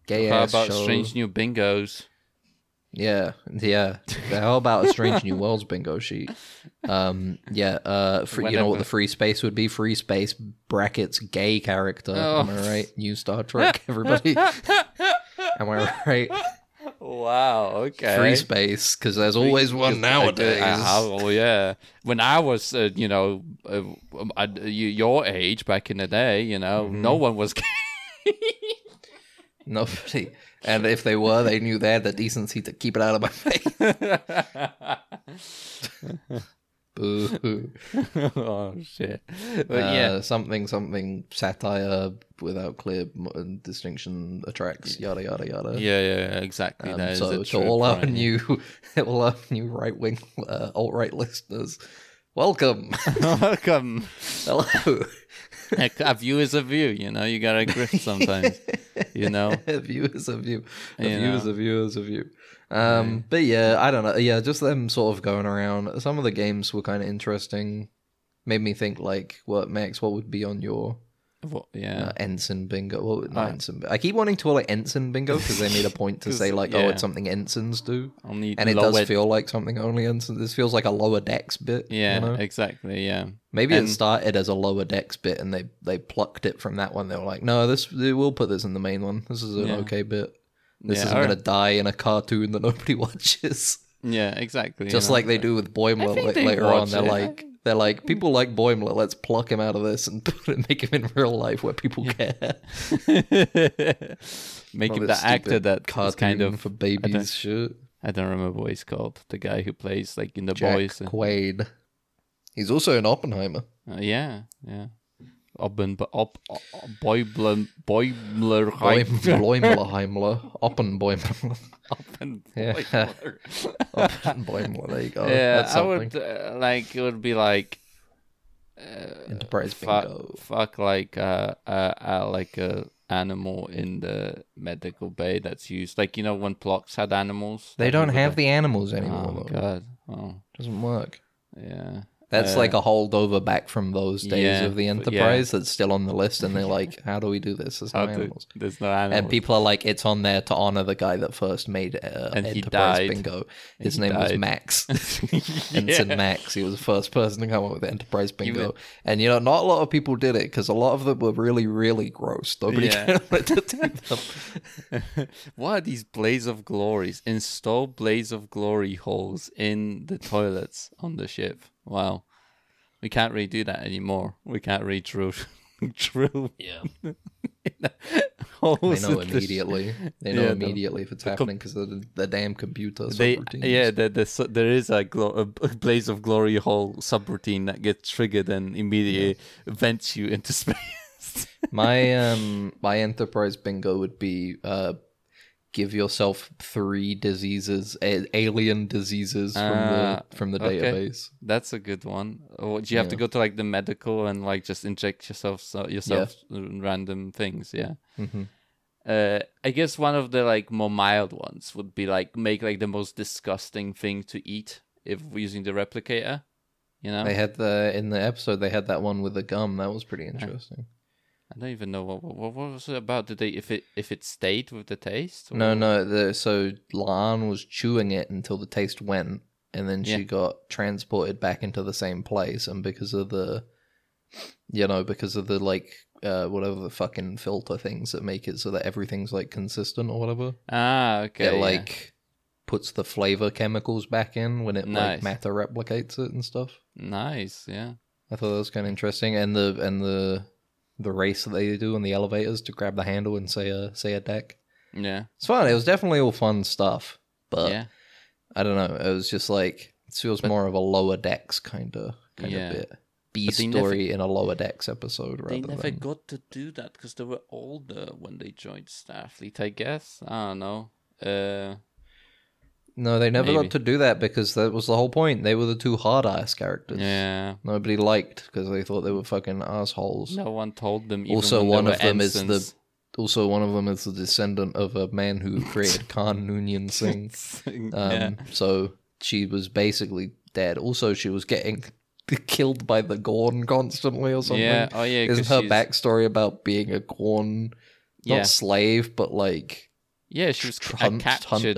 Gay How ass about show. strange new bingos? Yeah, yeah. How about a Strange New Worlds bingo sheet? Um, yeah. Uh, free, you know what Whenever. the free space would be? Free space brackets gay character. Am Oh. I right? New Star Trek, everybody. Am I right? Wow. Okay. Free space because there's always one nowadays. oh yeah. When I was, uh, you know, uh, um, at you- your age back in the day, you know, Mm-hmm. no one was. Nobody. And if they were, they knew they had the decency to keep it out of my face. Boo. oh shit. But Uh, yeah. Something, something, satire without clear m- uh, distinction attracts, yada, yada, yada. Yeah, yeah, yeah, exactly. Um, that is so a to true all our point, yeah. new, all our new right wing, uh, alt right listeners, welcome, welcome. hello. Heck, a view is a view, you know. You gotta grift sometimes, you know. a view is a view. A You view know. is a view is a view. Um, But yeah, I don't know. Yeah, just them sort of going around. Some of the games were kind of interesting. Made me think, like, what, Max, what would be on your Well, yeah, uh, ensign bingo? What would, not ensign, I keep wanting to call it ensign bingo because they made a point to say, like, oh, yeah. it's something ensigns do. only And it lower, does feel like something only ensigns. This feels like a lower decks bit. you yeah, know? exactly, yeah, Maybe it And- started as a lower decks bit, and they they plucked it from that one. They were like, "No, this we'll put this in the main one. This is an Yeah. okay bit. This Yeah, isn't alright. gonna die in a cartoon that nobody watches." yeah, exactly. you Just know. like they do with Boimler think like, they later on. watch They're it. like, they're like, people like Boimler. Let's pluck him out of this and put it, make him in real life where people care. All making this that actor stupid that was kind cartoon of for babies shit. I don't remember what he's called. The guy who plays like in the Jack boys. and- Quaid. He's also in Oppenheimer. uh, yeah, yeah. Obben, but op, op, Boimler, Boimler, Boim- Boimlerheimler. Oppenboimler. Yeah. Oppenboimler. There you go. Yeah, That's I something. would uh, like. It would be like Enterprise bingo. fuck, fuck like uh, uh, uh like a animal in the medical bay that's used. Like you know when blocks had animals. They that don't would- have the animals anymore. Oh though. god. Oh Doesn't work. yeah. That's like a holdover back from those days yeah, of the yeah. Enterprise that's still on the list, and they're like, "How do we do this? There's no How to- animals." there's no animals. And people are like, "It's on there to honor the guy that first made uh, And he Enterprise died. Bingo. His he name was died. Max." Yeah. Ensign Max. He was the first person to come up with Enterprise Bingo. would- And, you know, not a lot of people did it because a lot of them were really, really gross. Nobody Yeah. wanted to do them. What are these blaze of glories? Install blaze of glory holes in the toilets on the ship. Wow. We can't really do that anymore. We can't really drill drill Yeah. holes. They know in the ship. immediately. They know Yeah, the- immediately if it's happening because the, the damn computer. They, subroutines. yeah, the, the, su- there is a, glo- a b- blaze of glory hole subroutine that gets triggered and immediately vents you into space. My um my enterprise bingo would be uh give yourself three diseases, a- alien diseases from Ah, the from the okay. database. That's a good one. Or do you have to Yeah. go to like the medical and like just inject yourself so yourself in random things? Yeah. Mm-hmm. Uh, I guess one of the like more mild ones would be like make like the most disgusting thing to eat if we're using the replicator. You know, They had the in the episode they had that one with the gum. That was Ah. pretty interesting. I don't even know what what, what was it about. Did they if it if it stayed with the taste? No, no. The, so Laan was chewing it until the taste went, and then she Yeah. got transported back into the same place. And because of the, you know, because of the like uh, whatever the fucking filter things that make it so that everything's like consistent or whatever, Ah, okay. it yeah. like puts the flavor chemicals back in when it Nice. like matter replicates it and stuff. nice, yeah. I thought that was kind of interesting. And the and the the race that they do in the elevators to grab the handle and say a say a deck. Yeah, It's fun. It was definitely all fun stuff, but yeah, I don't know. It was just like it feels more of a lower decks kind of kind Yeah. of bit. B But they never- story in a lower decks episode rather they never than got to do that because they were older when they joined Starfleet. I guess I don't know. Uh, no, they never Maybe. got to do that because that was the whole point. They were the two hard ass characters. yeah, Nobody liked because they thought they were fucking assholes. no one told them. Even also, when they one were of them is the ensigns. also one of them is the descendant of a man who created Khan Noonien Singh. Um, yeah. So she was basically dead. Also, she was getting killed by the Gorn constantly or something. yeah, oh yeah, Isn't 'cause her she's- backstory about being a Gorn, not Yeah. slave, but like Yeah, she was tr- ca- hunt, captured.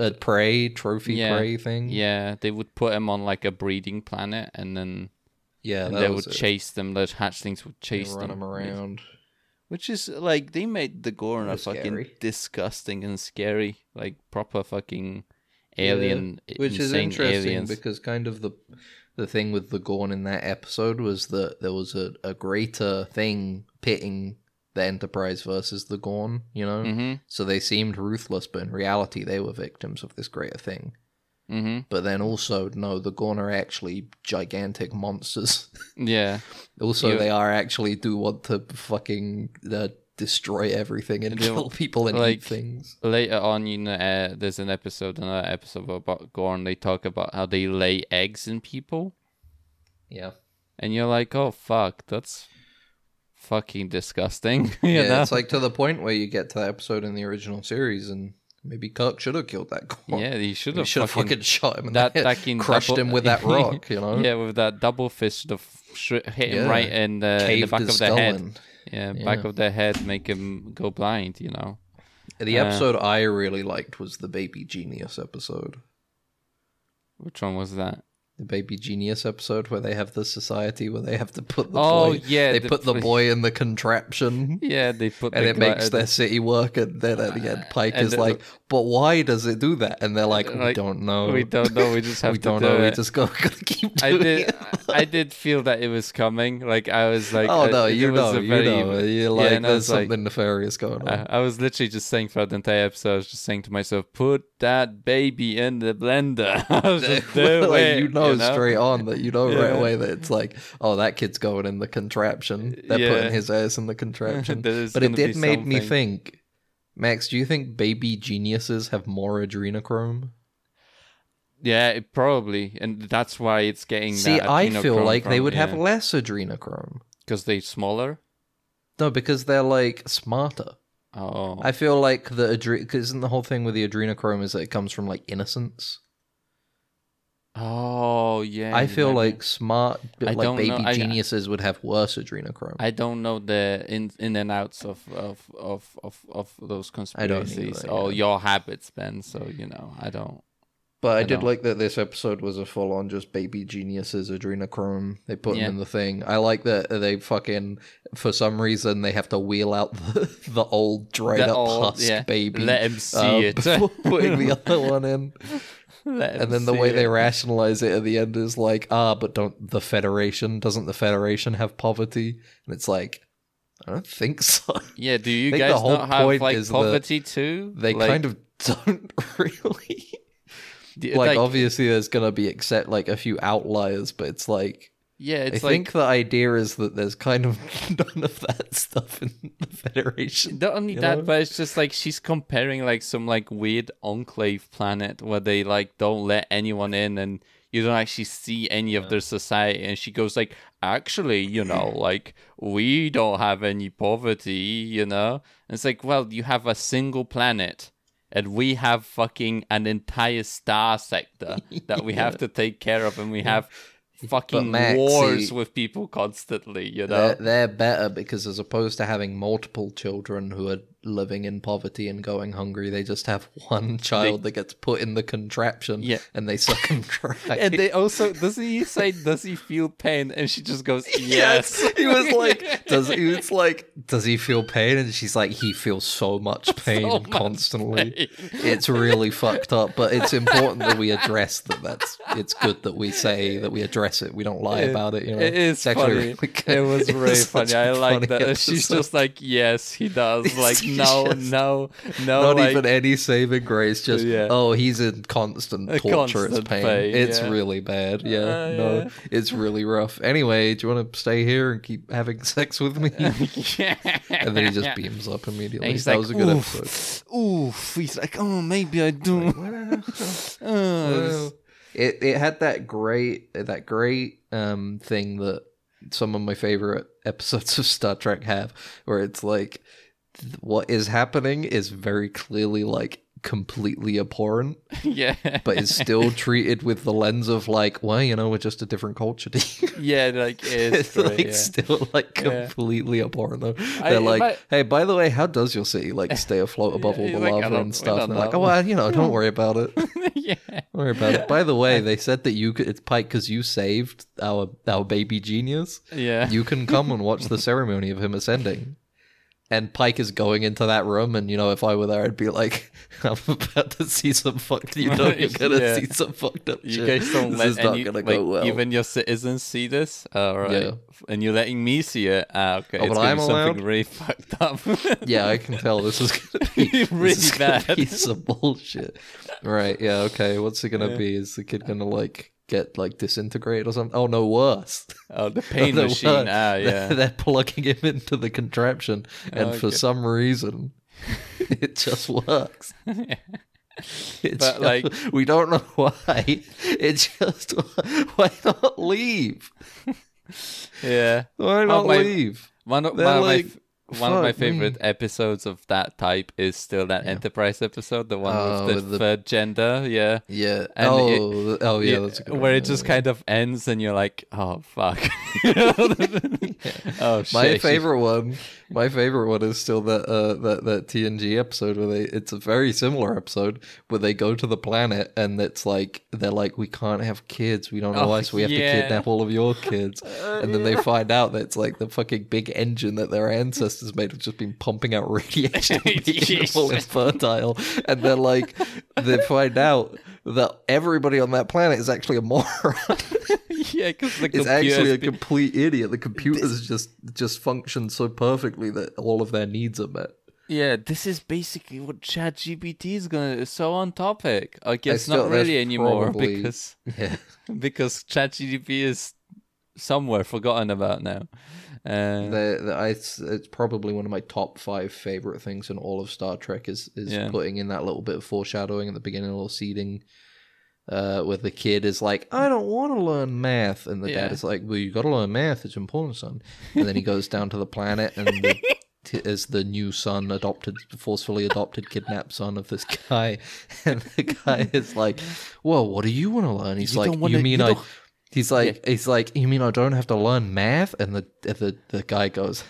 hunt, uh, prey, trophy Yeah. prey thing? yeah, they would put him on like a breeding planet, and then yeah. and that they was would it. chase them. Those hatchlings would They chase run them, them around. Which is like they made the Goron a They're fucking scary. disgusting and scary, like proper fucking Yeah, alien, which is insane interesting aliens. because kind of the the thing with the Gorn in that episode was that there was a, a greater thing pitting the Enterprise versus the Gorn, you know? Mhm, So they seemed ruthless, but in reality they were victims of this greater thing. mhm, But then also, no, the Gorn are actually gigantic monsters. yeah. also, You- they are actually do want to fucking uh, destroy everything and They kill want- people and like- eat things. Later on, you know, uh, there's an episode, another episode about Goron. They talk about how they lay eggs in people, Yeah. and you're like, oh fuck, that's fucking disgusting. you Yeah, know? it's like to the point where you get to that episode in the original series, and maybe Kirk should have killed that guy. yeah, he should he have should have fucking, fucking shot him. in that the head, fucking crushed double- him with that rock. You know, Yeah, with that double fist, the f- sh- hit him Yeah. right in the, in the Caved back his of the skull head. in. Yeah, back Yeah. of their head, make him go blind. You know. The Uh, episode I really liked was the baby genius episode. Which one was that? The baby genius episode where they have the society where they have to put the Oh, boy. yeah, they the put the pl- boy in the contraption. Yeah, they put And the it gla- makes their city work, and then at the end, Pike and is the- like, "But why does it do that?" And they're like, "We like, don't know. We don't know. We just have we to don't do know. We it. just go keep I doing did. it." I did feel that it was coming. Like I was like, oh I- no, it you was know, a you very- know, you're yeah, like, and I there's was like- "Uh, something nefarious going on. I, I was literally just saying throughout the entire episode, I was just saying to myself, "Put that baby in the blender." I was just do like, it, you know straight on that you know right Yeah. away that it's like, oh, that kid's going in the contraption. They're Yeah. putting his ass in the contraption. There's but it gonna be did make me something. think, Max, do you think baby geniuses have more adrenochrome? Yeah, it probably, and that's why it's getting. See, that I feel adrenochrome like they from- would have yeah. less adrenochrome. because they're smaller. No, because they're like smarter. Oh, I feel like the adre- cause isn't the whole thing with the adrenochrome is that it comes from like innocence. oh yeah. I you feel might be- like smart, I like don't know, baby I- geniuses would have worse adrenochrome. I don't know the in in and outs of of of of, of those I don't either, conspiracies yeah. or your habits, Ben. So you know, I don't. But I, I did know. like that this episode was a full on just baby geniuses adrenochrome. They put Yeah. them in the thing. I like that they fucking for some reason they have to wheel out the, the old dried The up old- husk yeah. baby. Let him see uh, it. before putting the other one in, Let and him then the see way they it. rationalize it at the end is like, ah, but don't the Federation doesn't the Federation have poverty? And it's like, I don't think so. Yeah, do you think the guys whole not have point like is that poverty too? They Like, kind of don't really. d- like, obviously there's gonna be except like a few outliers, but it's like Yeah, it's I like think the idea is that there's kind of none of that stuff in the Federation. Not only you that, know? but it's just like she's comparing like some like weird enclave planet where they like don't let anyone in and you don't actually see any of their society. And she goes like, actually, you know, like we don't have any poverty, you know. And it's like, well, you have a single planet. And we have fucking an entire star sector that we have to take care of, and we have fucking Max, wars see, with people constantly, you know? They're, they're better because as opposed to having multiple children who are living in poverty and going hungry, they just have one child that gets put in the contraption Yeah. and they suck him dry. And they also doesn't he say does he feel pain? And she just goes yes. he was like, does he was like, does he feel pain? And she's like, he feels so much pain much constantly. pain. It's really fucked up, but it's important that we address that. That's it's good that we say that we address it. We don't lie about it. You know, It is It's actually funny. really good. it was It's really such funny. a I like funny that. And She's episode. just like yes, he does. Like no, Yes. no, no. Not Oh, like, even any saving grace. Just Yeah. oh, he's in constant A torturous constant pain. pain, It's yeah. really bad. Yeah, Uh, no, yeah. it's really rough. Anyway, do you want to stay here and keep having sex with me? yeah. and then he just beams up immediately. And he's that like, was a good oof, episode. oof. He's like, oh, maybe I do. Uh, Well, it it had that great that great um thing that some of my favorite episodes of Star Trek have, where it's like th- what is happening is very clearly like completely abhorrent, yeah, but is still treated with the lens of like, well, you know, we're just a different culture. to you." yeah, like It's it's great. like yeah. still like Yeah. completely abhorrent though. I- They're like, but- hey, by the way, how does your city like stay afloat above all the Yeah, like, I lava don't- we and stuff? don't And they're like, know. oh, well, you know, don't worry about it. yeah. Don't worry about it. By the way, they said that you could, it's Pike because you saved our our baby genius. Yeah. You can come and watch the ceremony of him ascending. And Pike is going into that room, and you know, if I were there, I'd be like, "I'm about to see some fucked. You know, you're gonna Yeah. see some fucked up. You shit. guys don't this let is not any, gonna like, go well. even your citizens see this, uh, right? Yeah. And you're letting me see it. Ah, okay, Oh, it's but gonna I'm be something allowed? really fucked up. yeah, I can tell this is gonna be this Really is gonna bad. be some bullshit. Right? Yeah. Okay. What's it gonna be? Is the kid gonna like get like disintegrated or something? Oh no, worse. oh, the pain Other machine. word. Ah, They're- yeah. They're, plugging him into the contraption, and for Okay. some reason, it just works. It's But, like- we don't know why. It just why not leave? yeah. Why not Oh, my- leave? One of, They're one, of my, like, f- one of my "Fuck me." favorite episodes of that type is still that Enterprise episode, the one Oh, with, the with the- third gender. Yeah. Yeah. And oh. it- th- oh yeah. Yeah, That's a good where one, it just yeah. kind of ends and you're like, oh, fuck. Oh, shit. My she's- favorite one, my favorite one is still that uh, that that TNG episode where they. It's a very similar episode where they go to the planet and it's like they're like we can't have kids, we don't know Oh, why, so we have yeah. Uh, to kidnap all of your kids, and then they find out that it's like the fucking big engine that their ancestors made have just been pumping out radiation, making them all infertile, and they're like they find out that everybody on that planet is actually a moron. Yeah, because the It's computer actually has a been- complete idiot. The computers just just function so perfectly that all of their needs are met. Yeah, this is basically what ChatGPT is gonna. So on topic, I I guess still- not really that's anymore probably- because Yeah, because ChatGPT is somewhere forgotten about now. Uh, the, the, I, it's, it's probably one of my top five favorite things in all of Star Trek is is Yeah. putting in that little bit of foreshadowing at the beginning, a little seeding. Uh, where the kid is like, I don't want to learn math, and the Yeah. dad is like, Well, you got to learn math; it's important, son. And then he goes down to the planet, and the, t- is the new son adopted, forcefully adopted, kidnapped son of this guy, and the guy is like, Well, what do you want to learn? He's You like, don't wanna- You mean you I? don't- He's like, he's like, you mean I don't have to learn math? And the the, the guy goes,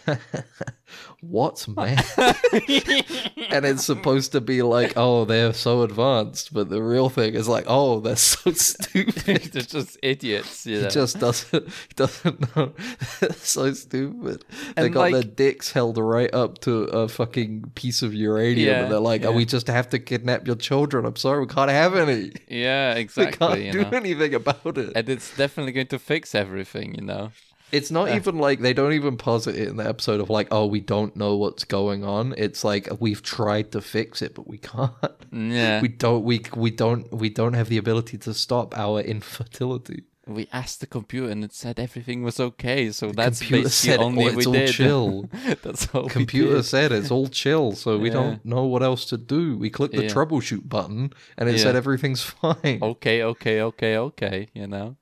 what's math? and it's supposed to be like, oh, they're so advanced, but the real thing is like, oh, they're so stupid. they're just idiots. You He know? just doesn't he doesn't know. so stupid. they And, got their like- dicks held right up to a fucking piece of uranium, Yeah, and they're like, "Oh, yeah. we just have to kidnap your children. I'm sorry, we can't have any. yeah, we can't exactly. You do know? anything about it." And it's definitely going to fix everything. You know. It's not even like they don't even posit it in the episode of like, oh, we don't know what's going on. It's like we've tried to fix it, but we can't. Yeah. We don't. We we don't. We don't have the ability to stop our infertility. we asked the computer and it said everything was okay. So The that's computer basically said, only "Oh, it's we all did. chill." that's all. we Computer did. said it's all chill, so we Yeah. don't know what else to do. We clicked the Yeah. troubleshoot button, and it Yeah. Oh, said everything's fine. Okay, okay, okay, okay. You know.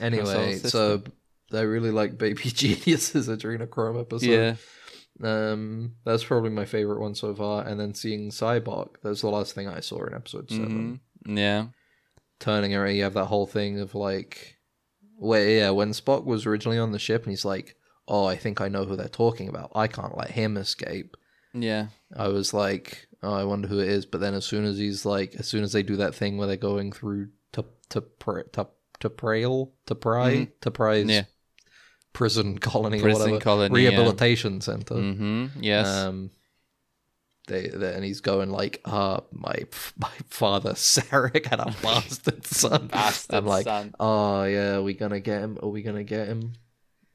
anyway, Microsoft so I really like Baby Genius's Adrenochrome episode. yeah. Um, that's probably my favorite one so far. And then seeing Cyborg, that's the last thing I saw in episode 7 mhm, Yeah. Turning around, you have that whole thing of like, where yeah, when Spock was originally on the ship, and he's like, "Oh, I think I know who they're talking about. I can't let him escape." Yeah. I was like, "Oh, I wonder who it is." But then as soon as he's like, as soon as they do that thing where they're going through to to pr- to to prail to pry to prize Yeah. prison colony or Prison whatever colony, yeah. rehabilitation center. hmm Yes. Um, they, they- and he's going like, "Ah, my my father Sarek had a bastard son." Bastard I'm like, son. "Oh yeah, are we gonna get him? Are we gonna get him?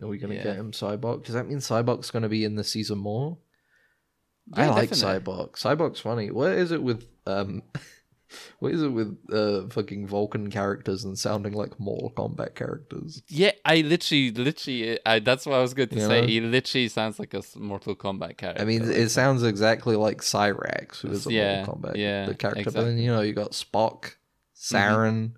Are we gonna Yeah. get him, Cyborg? Does that mean Cyborg's gonna be in the season more?" I Yeah, like definite. Cyborg. Cyborg's funny. What is it with um? What is it with uh fucking Vulcan characters and sounding like Mortal Kombat characters? Yeah, I literally, literally, I, that's what I was going to You say. know? He literally sounds like a s- Mortal Kombat character. I mean, like it sounds exactly like Cyrax, who It's- is a yeah, Mortal Kombat yeah, Mm-hmm. the character. But then you know you got Spock, Saren,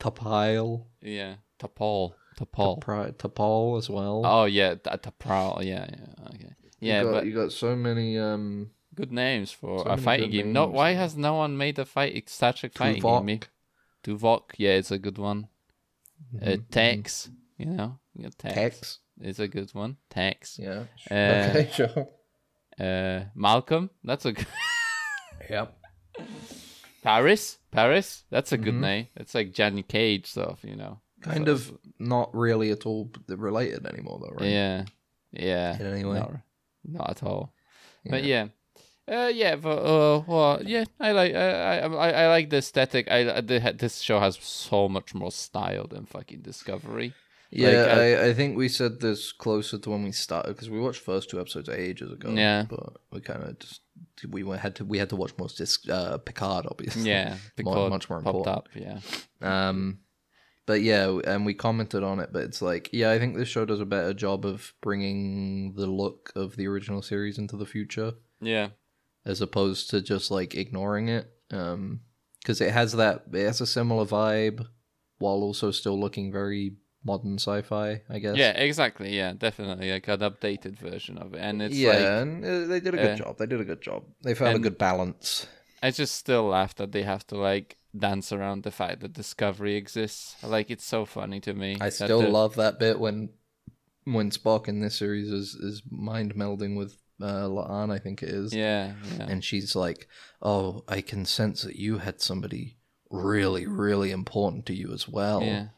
Tapile, yeah, Tapal, Tapal. Tapri- Tapal as well. Oh yeah, Ta- Tapal. Yeah, yeah, okay. Yeah, you got, but you got so many um good names for so a many fighting good game. No, names, why yeah. has no one made a fight Star Trek fighting game? Me- Tuvok. Tuvok. Yeah, it's a good one. Uh, Tex. You know, yeah, Tex. Mm-hmm. Tex. is a good one. Tex. Yeah. Uh, okay, sure. Uh, Malcolm. That's a good. Yep. Paris. Paris. That's a good Mhm. name. It's like Johnny Cage stuff. You know. Kind So- of not really at all related anymore though, right? Yeah. Yeah. In any way. Not, not at all. But yeah. Uh, yeah, but uh, well, yeah, I like I I, I I like the aesthetic. I I- the, this show has so much more style than fucking Discovery. Yeah, Like, I- I, I, think we said this closer to when we started because we watched first two episodes ages ago. Yeah. but we kind of just we went- had to we had to watch most disc, uh, Picard, obviously. Yeah, Mu- Picard much more popped important. up. Yeah, Um, but yeah, and we commented on it, but it's like, yeah, I think this show does a better job of bringing the look of the original series into the future yeah, as opposed to just like ignoring it. Um, because it has that it has a similar vibe while also still looking very modern sci-fi, I guess. yeah, exactly. Yeah, definitely like an updated version of it, and it's yeah, like and uh, they did a good uh, job. They did a good job. They found and- a good balance. I just still laugh that they have to like dance around the fact that Discovery exists. Like it's so funny to me. I that still the- love that bit when when Spock in this series is is mind melding with uh, Laan, I think it is. Yeah, yeah. And she's like, "Oh, I can sense that you had somebody really, really important to you as well, yeah.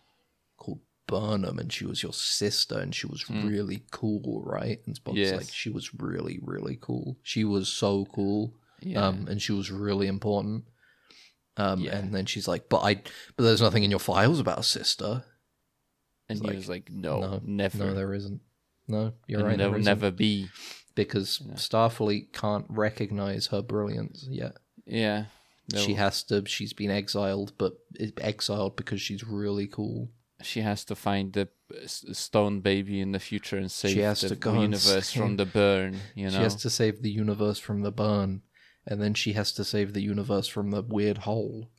called Burnham, and she was your sister, and she was Mm. really cool, right?" And Spock's Yes. like, "She was really, really cool. She was so cool." Yeah. um, and she was really important. Um, Yeah. And then she's like, "But I, but there's nothing in your files about a sister." and he like, was like, "No, no, never, No, there isn't. No, you're and right. there There will isn't. never be." because Yeah. Starfleet can't recognize her brilliance yet. Yeah, there She will- has to. She's been exiled, but is exiled because she's really cool. she has to find the uh, s- stone baby in the future and save has the to go and universe save- from the burn. You know, She has to save the universe from the burn, and then she has to save the universe from the weird hole.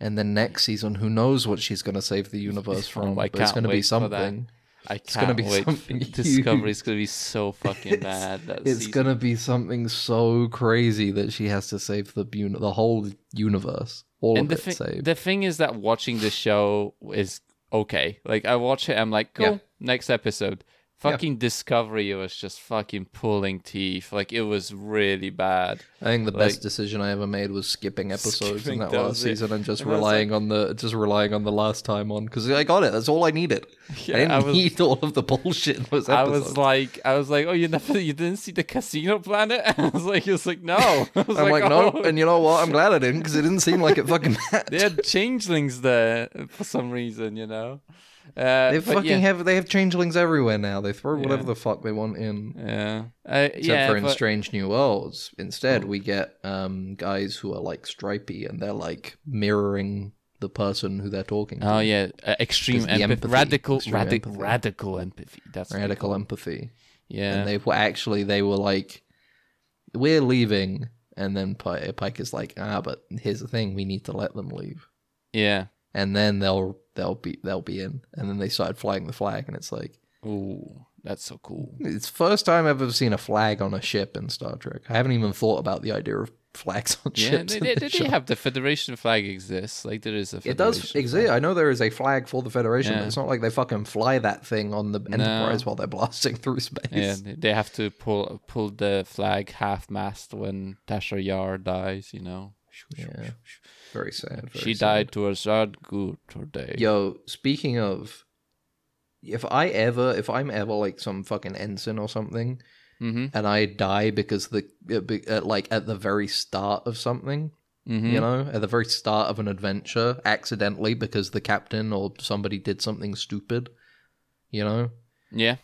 And then next season, who knows what she's going to save the universe from? I but it's Oh can't going to be wait for that. something. I can't it's gonna be wait. something Discovery huge. is gonna be so fucking bad. That It's season. gonna be something so crazy that she has to save the uni- the whole universe, all and the of it thing, saved. the thing is that watching the show is okay. Like I watch it, I'm like, cool. Yeah. Next episode, fucking Discovery was just fucking pulling teeth. Like it was really bad. I think the like- best decision I ever made was skipping episodes Skipping in that those, last yeah. season and just And I was like- relying on the just relying on the last time on because I got it. That's all I needed. Yeah, I didn't I was- need all of the bullshit. In those I episodes. was like, I was like, oh, you never, you didn't see the Casino Planet? I was like, it's like no. I was I'm like, no, oh. and you know what? I'm glad I didn't because it didn't seem like it fucking mattered. they had changelings there for some reason, you know. Uh, They but fucking yeah. have they have changelings everywhere now. They throw whatever Yeah. the fuck they want in. yeah, uh, Except yeah, for in but- Oh. Strange New Worlds. Instead, we get um, guys who are like stripy and they're like mirroring the person who they're talking to. Oh yeah, uh, extreme 'Cause the empathy, empathy, radical, extreme radic- empathy. radical empathy. That's what they Radical call it. empathy. Yeah, And they were actually they were like, "We're leaving," and then Pike, Pike is like, "Ah, but here's the thing: we need to let them leave." yeah. And then they'll they'll be they'll be in. And then they started flying the flag, and it's like Ooh, that's so cool. it's first time I've ever seen a flag on a ship in Star Trek. I haven't even thought about the idea of flags on Yeah, ships. they, in they, this they show. have the Federation flag exists. Like there is a. Federation It does exist. flag. I know there is a flag for the Federation. Yeah. But it's not like they fucking fly that thing on the Enterprise while they're blasting through space. Yeah, they- they have to pull pull the flag half mast when Tasha Yar dies. You know, Yeah. Very sad. very she sad. died to a sad good today. Yo, speaking of, if I ever, if I'm ever like some fucking ensign or something, Mm-hmm. and I die because the uh, be- uh, like at the very start of something, Mm-hmm. you know, at the very start of an adventure, accidentally because the captain or somebody did something stupid, you know, Yeah.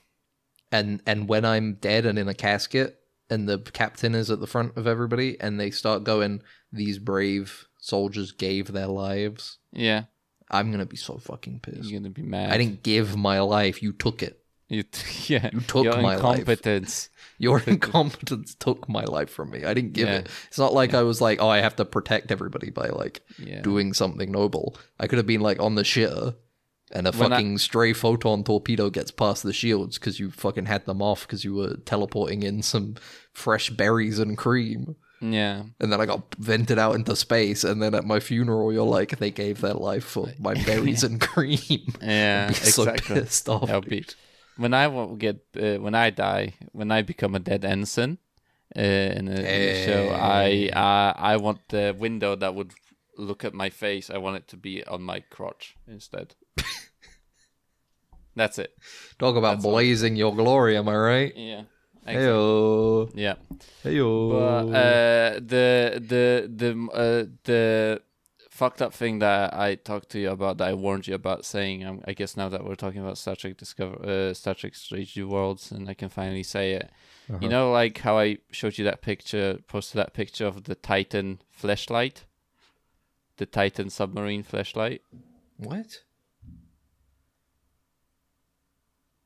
and and when I'm dead and in a casket and the captain is at the front of everybody and they start going these brave soldiers gave their lives Yeah. I'm going to be so fucking pissed. You're gonna be mad. I didn't give my life, you took it. You t- yeah. You took Your my life. incompetence. Your incompetence took my life from me. I didn't give Yeah. it. It's not like I was like, oh, I have to protect everybody by like Yeah. doing something noble. I could have been like on the shitter and a When I- fucking stray photon torpedo gets past the shields because you fucking had them off because you were teleporting in some fresh berries and cream. Yeah. And then I got vented out into space. And then at my funeral, you're like, they gave their life for my berries and cream. Yeah. I'd be so exactly. pissed off, I'll dude. be- when I will get uh, when I die when I become a dead ensign uh, in, a, in a show I uh, I want the window that would look at my face I want it to be on my crotch instead. That's it. Talk about blazing your glory, am I right? Yeah. Heyo. Yeah. But Heyo. uh, the the the uh, the fucked up thing that I talked to you about that I warned you about saying. Um, I guess now that we're talking about Star Trek Discover, uh, Star Trek Strange New Worlds, and I can finally say it. You know, like how I showed you that picture, posted that picture of the Titan flashlight, the Titan submarine flashlight what?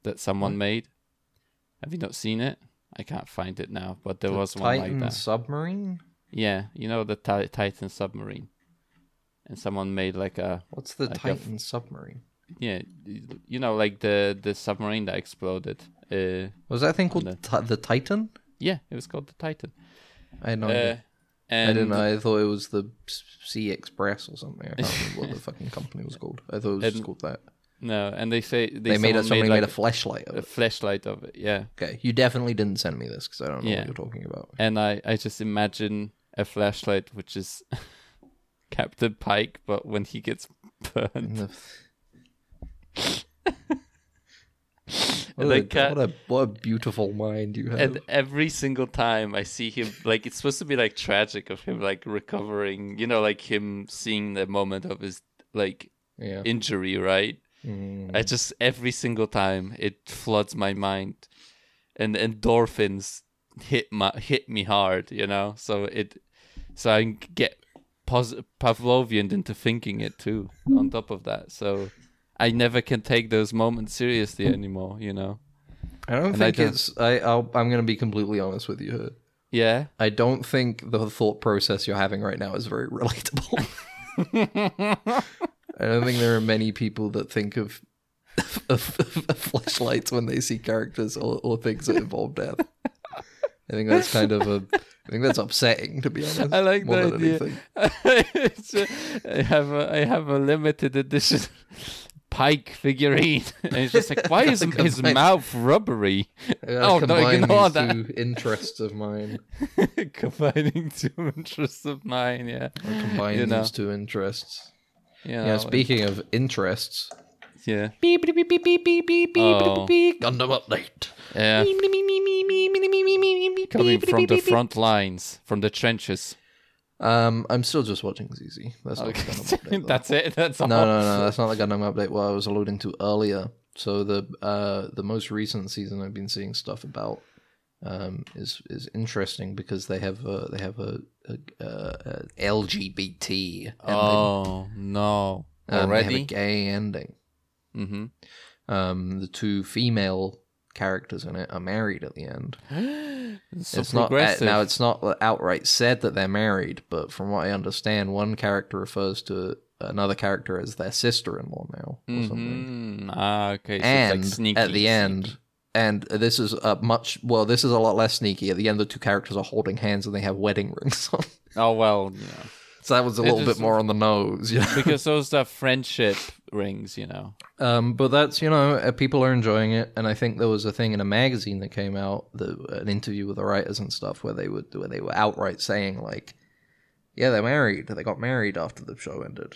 that someone made. Have you not seen it? I can't find it now, but there was one Titan like that. submarine? Yeah, you know the ti- Titan submarine, and someone made like a What's the Like a Titan submarine? yeah, you know like the the submarine that exploded. Uh, Was that thing called no. Ti- the Titan? yeah, it was called the Titan. I had no Uh, idea. and Oh, I didn't know. I thought it was the S- Sea Express or something. I can't remember what the fucking company was called. I thought it was just And called that. No, and they say they, They made it. someone Somebody made, like a flashlight of a it. flashlight of it. Yeah, Okay, you definitely didn't send me this because I don't know Yeah. what you're talking about. and I I just imagine a flashlight which is Captain Pike, but when he gets burned, And the- and what, I a, can't- what a what a beautiful mind you have. And every single time I see him, like it's supposed to be like tragic of him like recovering, you know, like him seeing the moment of his like yeah. injury, right? Mm. I just every single time it floods my mind, and endorphins hit my hit me hard, you know. So it, so I get pos- Pavlovian into thinking it too. On top of that, so I never can take those moments seriously anymore, you know. I don't And I think don't- it's. I, I'll, I'm going to be completely honest with you. here. Yeah. I don't think the thought process you're having right now is very relatable. I don't think there are many people that think of, of, of flashlights when they see characters or, or things that involve death. I think that's kind of a. I think that's upsetting, to be honest. I like more the than idea. anything. It's a- I have a, I have a limited edition Pike figurine, and it's just like, why is Like a his Pike. mouth rubbery? I gotta Oh no, combine ignore these that. two interests of mine. Combining two interests of mine, yeah. I combine You know. these two interests. You Yeah. know, speaking of interests, like- yeah, beep beep beep beep beep beep beep Oh. beep beep. Gundam update. yeah. Coming from the front lines, from the trenches. Um, I'm still just watching ZZ. That's not the Gundam update. though. that's it. That's all. no, no, no. That's not the Gundam update. What I was alluding to earlier. So the uh the most recent season, I've been seeing stuff about um, is is interesting because they have a, they have a, a, a, a LGBT ending. Oh no! Um, they have a Already. gay ending. mm-hmm. Um, the two female characters in it are married at the end. So it's not uh, progressive. now. It's not outright said that they're married, but from what I understand, one character refers to another character as their sister-in-law now, or something. Mhm. Ah, okay. So and it's like sneaky, at the end, sneaky. and this is a much well, this is a lot less sneaky. At the end, the two characters are holding hands and they have wedding rings on. Oh well, you know, So that was a It little bit just- more on the nose, yeah. because those are friendship rings, you know. Um, but that's you know uh, people are enjoying it, and I think there was a thing in a magazine that came out, the, an interview with the writers and stuff, where they would where they were outright saying like, yeah, they're married. They got married after the show ended,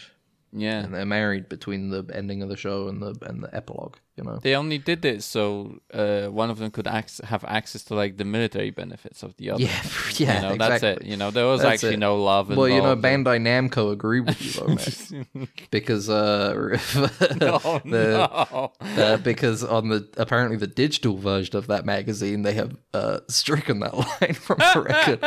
Yeah. and they're married between the ending of the show and the and the epilogue. You know, They only did it so uh, one of them could ac- have access to like the military benefits of the other. yeah, yeah, you know, exactly. that's it. You know, there was That's actually it. no love. Well, you know, involved. Bandai Namco agree with you though, Matt, because uh, Oh the- no! uh, because on the apparently the digital version of that magazine, they have uh, stricken that line from the record,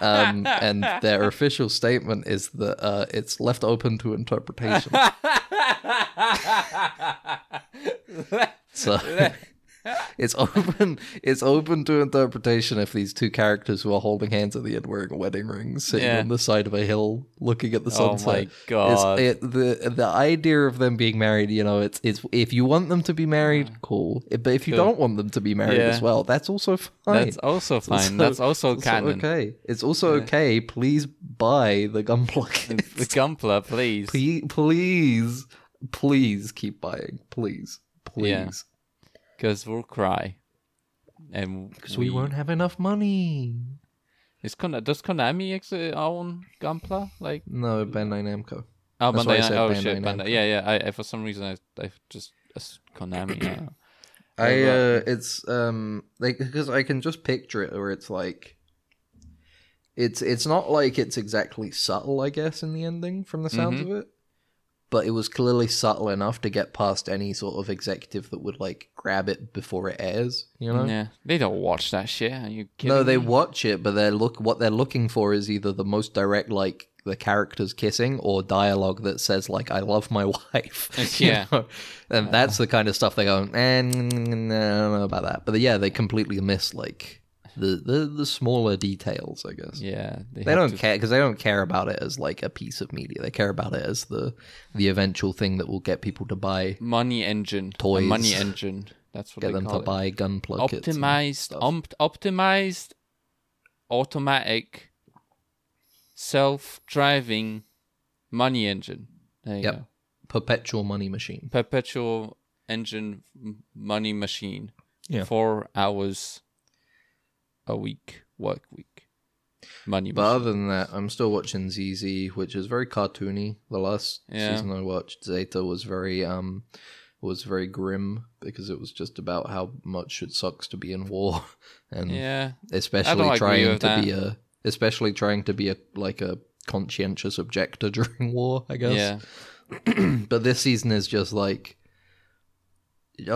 um, and their official statement is that uh, it's left open to interpretation. So it's open, it's open to interpretation if these two characters who are holding hands at the end wearing wedding rings, sitting Yeah. on the side of a hill, looking at the Oh my sunset. It's- God. it- the the idea of them being married, you know, it's it's if you want them to be married, cool. If- But if you Mm. Cool. don't want them to be married Yeah. as well, that's also fine. That's also It's fine. That's also it's canon. Okay, it's also okay. Please buy the gum plug. The Gumpler, please. please, please, please keep buying. Please, please. Yeah. Because we'll cry. And Because we won't have enough money. Is Kon- does Konami exit own Gunpla? Like No, Bandai Namco. oh, That's why I Bandai, said oh Bandai shit, Bandai. Namco. Yeah, yeah. I, I for some reason I, I just as Konami. I don't know. I Yeah, uh, it's um like because I can just picture it where it's like it's it's not like it's exactly subtle, I guess, in the ending from the sounds of it. But it was clearly subtle enough to get past any sort of executive that would like grab it before it airs, you know? Yeah, they don't watch that shit. Are you kidding? No, they me? watch it, but they're look what they're looking for is either the most direct, like the characters kissing, or dialogue that says like "I love my wife." you Uh, Yeah. know? and that's the kind of stuff they go. "Eh, And I don't know about that, but yeah, they completely miss like the the, the smaller details, I guess. Yeah, They have don't to- care because they don't care about it as like a piece of media. They care about it as the the eventual thing that will get people to buy, Money engine. A Toys. money engine. That's what get they them to call it. buy gun plug kits. and optimized, stuff. opt- optimized, automatic, self-driving money engine. There you Yep. go. perpetual money machine. Perpetual engine m- money machine. Yeah. Four hours a week, work week. Money But machine. other than that, I'm still watching ZZ, which is very cartoony. The last Yeah. season I watched, Zeta was very um was very grim because it was just about how much it sucks to be in war, and Yeah. especially agree trying with to be a especially trying to be a like a conscientious objector during war. I guess. Yeah. but this season is just like,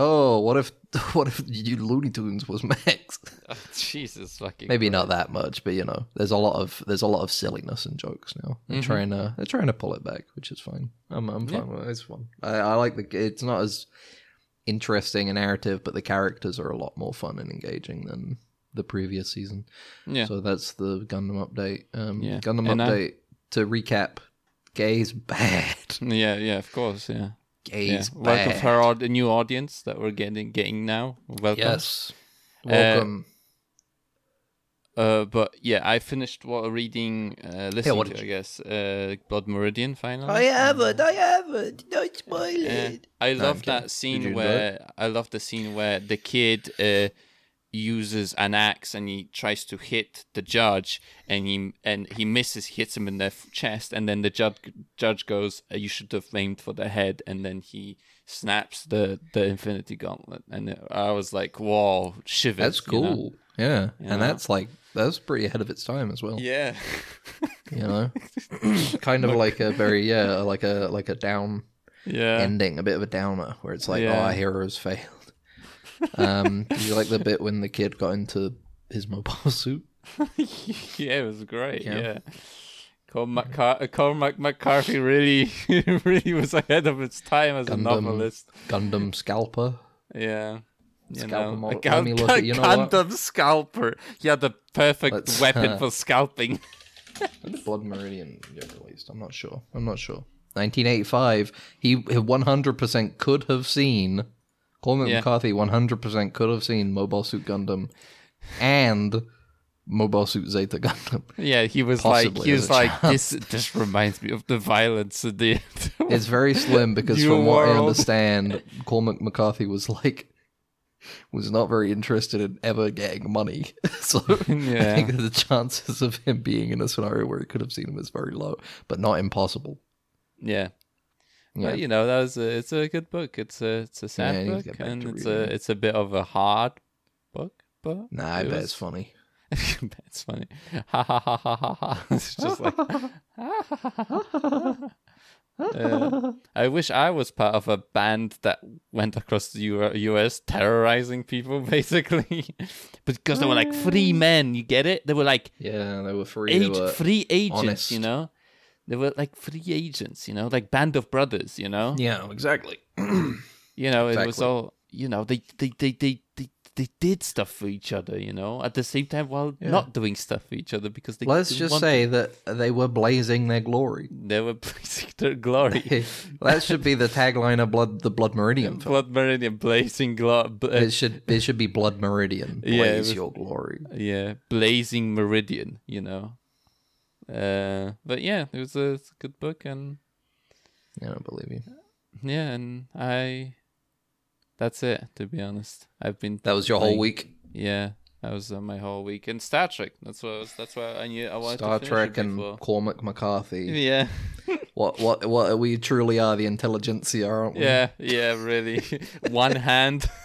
oh, what if what if you Looney Tunes was Max? Oh, Jesus fucking. Maybe not that much, but you know, there's a lot of there's a lot of silliness and jokes now. They're Mm-hmm. trying to they're trying to pull it back, which is fine. I'm I'm fine with it. It's fun. I, I like the it's not as interesting a narrative, but the characters are a lot more fun and engaging than the previous season. Yeah. So that's the Gundam update. Um, Yeah. Gundam And uh, I- update. To recap, gay's bad. Yeah, yeah, of course, yeah. yeah. Gay's bad. Welcome for our aud- new audience that we're getting getting now. Welcome. Yes. Welcome. Uh, but yeah, I finished what reading, uh, listening what to, did I guess, uh, Blood Meridian finally. haven't. I haven't. Don't spoil Uh, I No, I'm love kidding. that Did you scene enjoy where I love the scene where the kid uh, uses an axe and he tries to hit the judge and he and he misses, hits him in the f- chest, and then the judge judge goes, "Uh, "You should have aimed for the head," and then he snaps the the Infinity Gauntlet, and I was like, "Whoa, shivers!" That's you know? cool. Yeah. know? And that's like that's pretty ahead of its time as well. Yeah. You know? kind of like a very yeah, like a like a down yeah. ending, a bit of a downer where it's like, Yeah. Oh, our heroes failed. Um did you like the bit when the kid got into his mobile suit. yeah, it was great. Yeah. Yeah. Cormac, Car- Cormac McCarthy really, really was ahead of its time as a Gundam. novelist. Gundam Scalper. Yeah. You Scalper know, model. a Let gun- me look at- you know what? Gundam scalper. Yeah, the perfect Let's- uh, weapon for scalping. Blood Meridian just released. I'm not sure. I'm not sure. 1985. He 100% could have seen. Cormac Yeah. McCarthy 100% could have seen Mobile Suit Gundam and Mobile Suit Zeta Gundam. Yeah, he was like, Possibly he as was a like, this. This reminds me of the violence in the. It's very slim because, New from what I world. understand, Cormac McCarthy was like was not very interested in ever getting money. so I Yeah. think that the chances of him being in a scenario where he could have seen him is very low, but not impossible. yeah. Yeah. But, you know that was a, it's a good book. It's a it's a Yeah, I sad need to book get back and to it's reading it. a it's a bit of a hard book, but nah, I it bet was- it's funny. That's funny. Ha ha ha ha ha ha. It's just like. Uh, I wish I was part of a band that went across the U- US terrorizing people, basically. because they were like free men, you get it? They were like Yeah, they were free. Mm. they age, were- free uh, agents, you honest. know? They were like free agents, you know? Like Band of Brothers, you know? Yeah, exactly. You know, it was Exactly. all you know, they they, they, they, they they did stuff for each other, you know, at the same time while not doing stuff for each other because they Let's didn't just want- say that they were blazing their glory. they were blazing their glory. that should be the tagline of Blood, the Blood Meridian film. Blood Meridian blazing uh, glory It should it should be Blood Meridian. Blaze Yeah, it was- your glory. yeah, blazing meridian, you know. Uh but yeah, it was a, it's a good book and I don't believe you. yeah, and I that's it to be honest. I've been That was your whole Like, week. yeah, that was uh, my whole week and Star Trek. That's what I was, that's why I knew I wanted Star to finish Trek it and before. Cormac McCarthy. yeah. What what what we truly are the intelligentsia, aren't we? Yeah, yeah, really. one hand.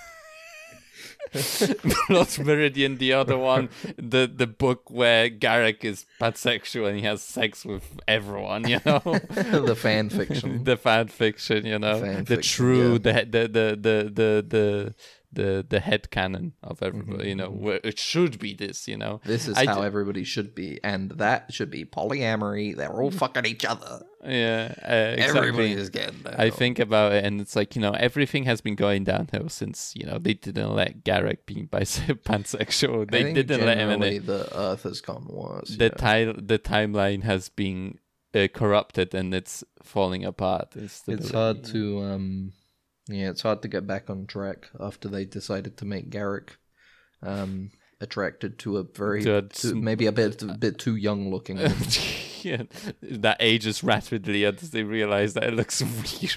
Lost Meridian, the other one, the the book where Garrick is pansexual and he has sex with everyone, you know, the fan fiction. the fan fiction, you know, Fan the fiction, true, the, the the the the the the the head canon of everybody, you know, where it should be this, you know. Mm-hmm. This is I how d- everybody should be, and that should be polyamory. They're all fucking each other. yeah, uh, Everybody Mm. exactly. is getting down. I think about it, and it's like you know everything has been going downhill since you know they didn't let Garrick be bise- pansexual. I They think didn't let him. in generally it. The Earth has gone worse. The yeah. ti- the timeline has been uh, corrupted, and it's falling apart. It's, the- It's hard to um, yeah, it's hard to get back on track after they decided to make Garrick um attracted to a very To a to- sm- maybe a bit a bit too young looking. woman. yeah, that ages rapidly as they realize that it looks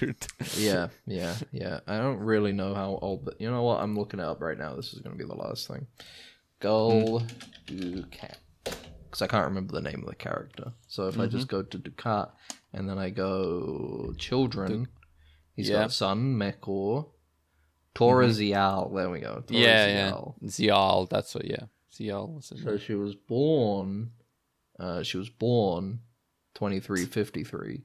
weird. yeah, yeah, yeah. I don't really know how old, but you know what? I'm looking it up right now. This is going to be the last thing. Hmm. Gul Dukat. Because I can't remember the name of the character. So if I just Mm-hmm. go to Dukat and then I go children, he's Yeah. Mm-hmm. got a son, Mekor. Tora Zial. There we go. Tora yeah, yeah. Mm-hmm. Zial. Zial, that's what. Yeah, Zial was in So she was born. Uh, she was born 2353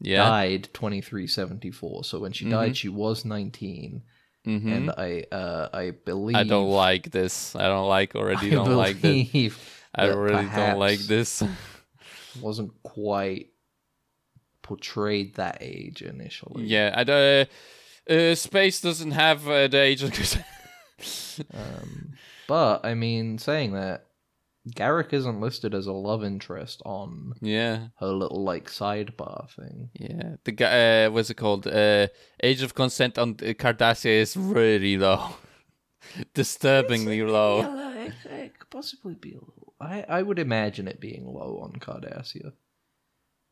Yeah, Mm-hmm. died 2374 so when she died she was 19 Mhm. and i uh i believe I don't like this. I don't like already. don't like this. believe I that really don't like perhaps this. wasn't quite portrayed that age initially Yeah, I don't. Uh, space doesn't have uh, the age of consent. um but i mean saying that garrick isn't listed as a love interest on yeah, her little like sidebar thing yeah. The guy, uh, what's it called? Uh, age of consent on uh, Cardassia is really low, disturbingly low. yeah, it, it could possibly be a little. I, I would imagine it being low on Cardassia.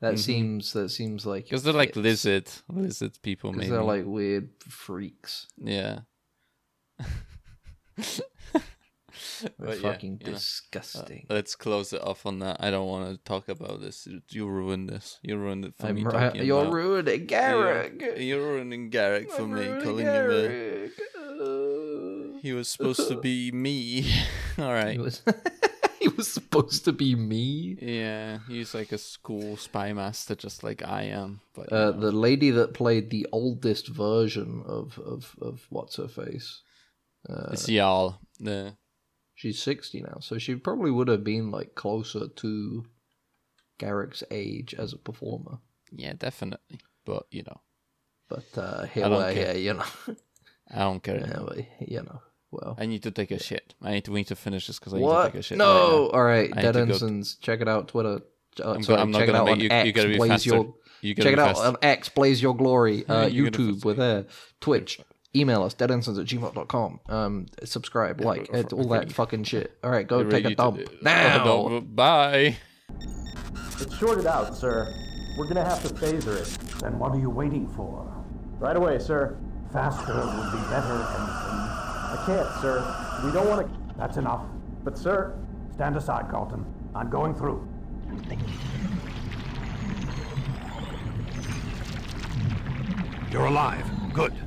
That Mhm. seems that seems like Because they're like it's- lizard, lizard people, 'cause maybe. they're like weird freaks. yeah. They're But yeah, fucking you know. uh, disgusting. Let's close it off on that. I don't want to talk about this. You ruined this. You ruined it for me. I'm, uh, ri- talking you're about- ruining Garrick. You're, you're ruining Garrick for I'm me, ruining calling him a. Garrick. Uh, He was supposed to be me. All right. He was he was supposed to be me. Yeah, he's like a school spy master, just like I am. But you Uh, know. the lady that played the oldest version of of, of what's her face. Uh, it's Yal. The She's 60 now, so she probably would have been like closer to Garrick's age as a performer. Yeah, definitely. But you know, But uh, here I don't we're care. here, you know. I don't care. yeah, but, you know. Well, I need to take a shit. I need to, we need to finish this because I need to what? take a shit. no, all right, I need Dead to go- Ensigns. Check it out, Twitter. Uh, I'm, sorry, go- I'm not check it gonna out make on you. X. you gotta be Blaze faster. your you gotta Check it be out faster. on X, Blaze Your Glory, uh, you gotta YouTube, we're there, Twitch, email us, deadensons at gmail.com, um, subscribe, like, but- it's all that fucking shit. All right, go You're take ready a to- dump uh, now. no, Bye. It's shorted out, sir. We're gonna have to phaser it. Then what are you waiting for? Right away, sir. Faster would be better, Henson. I can't, sir. We don't want to. That's enough. But, sir, Stand aside, Carlton. I'm going through. You're alive. Good.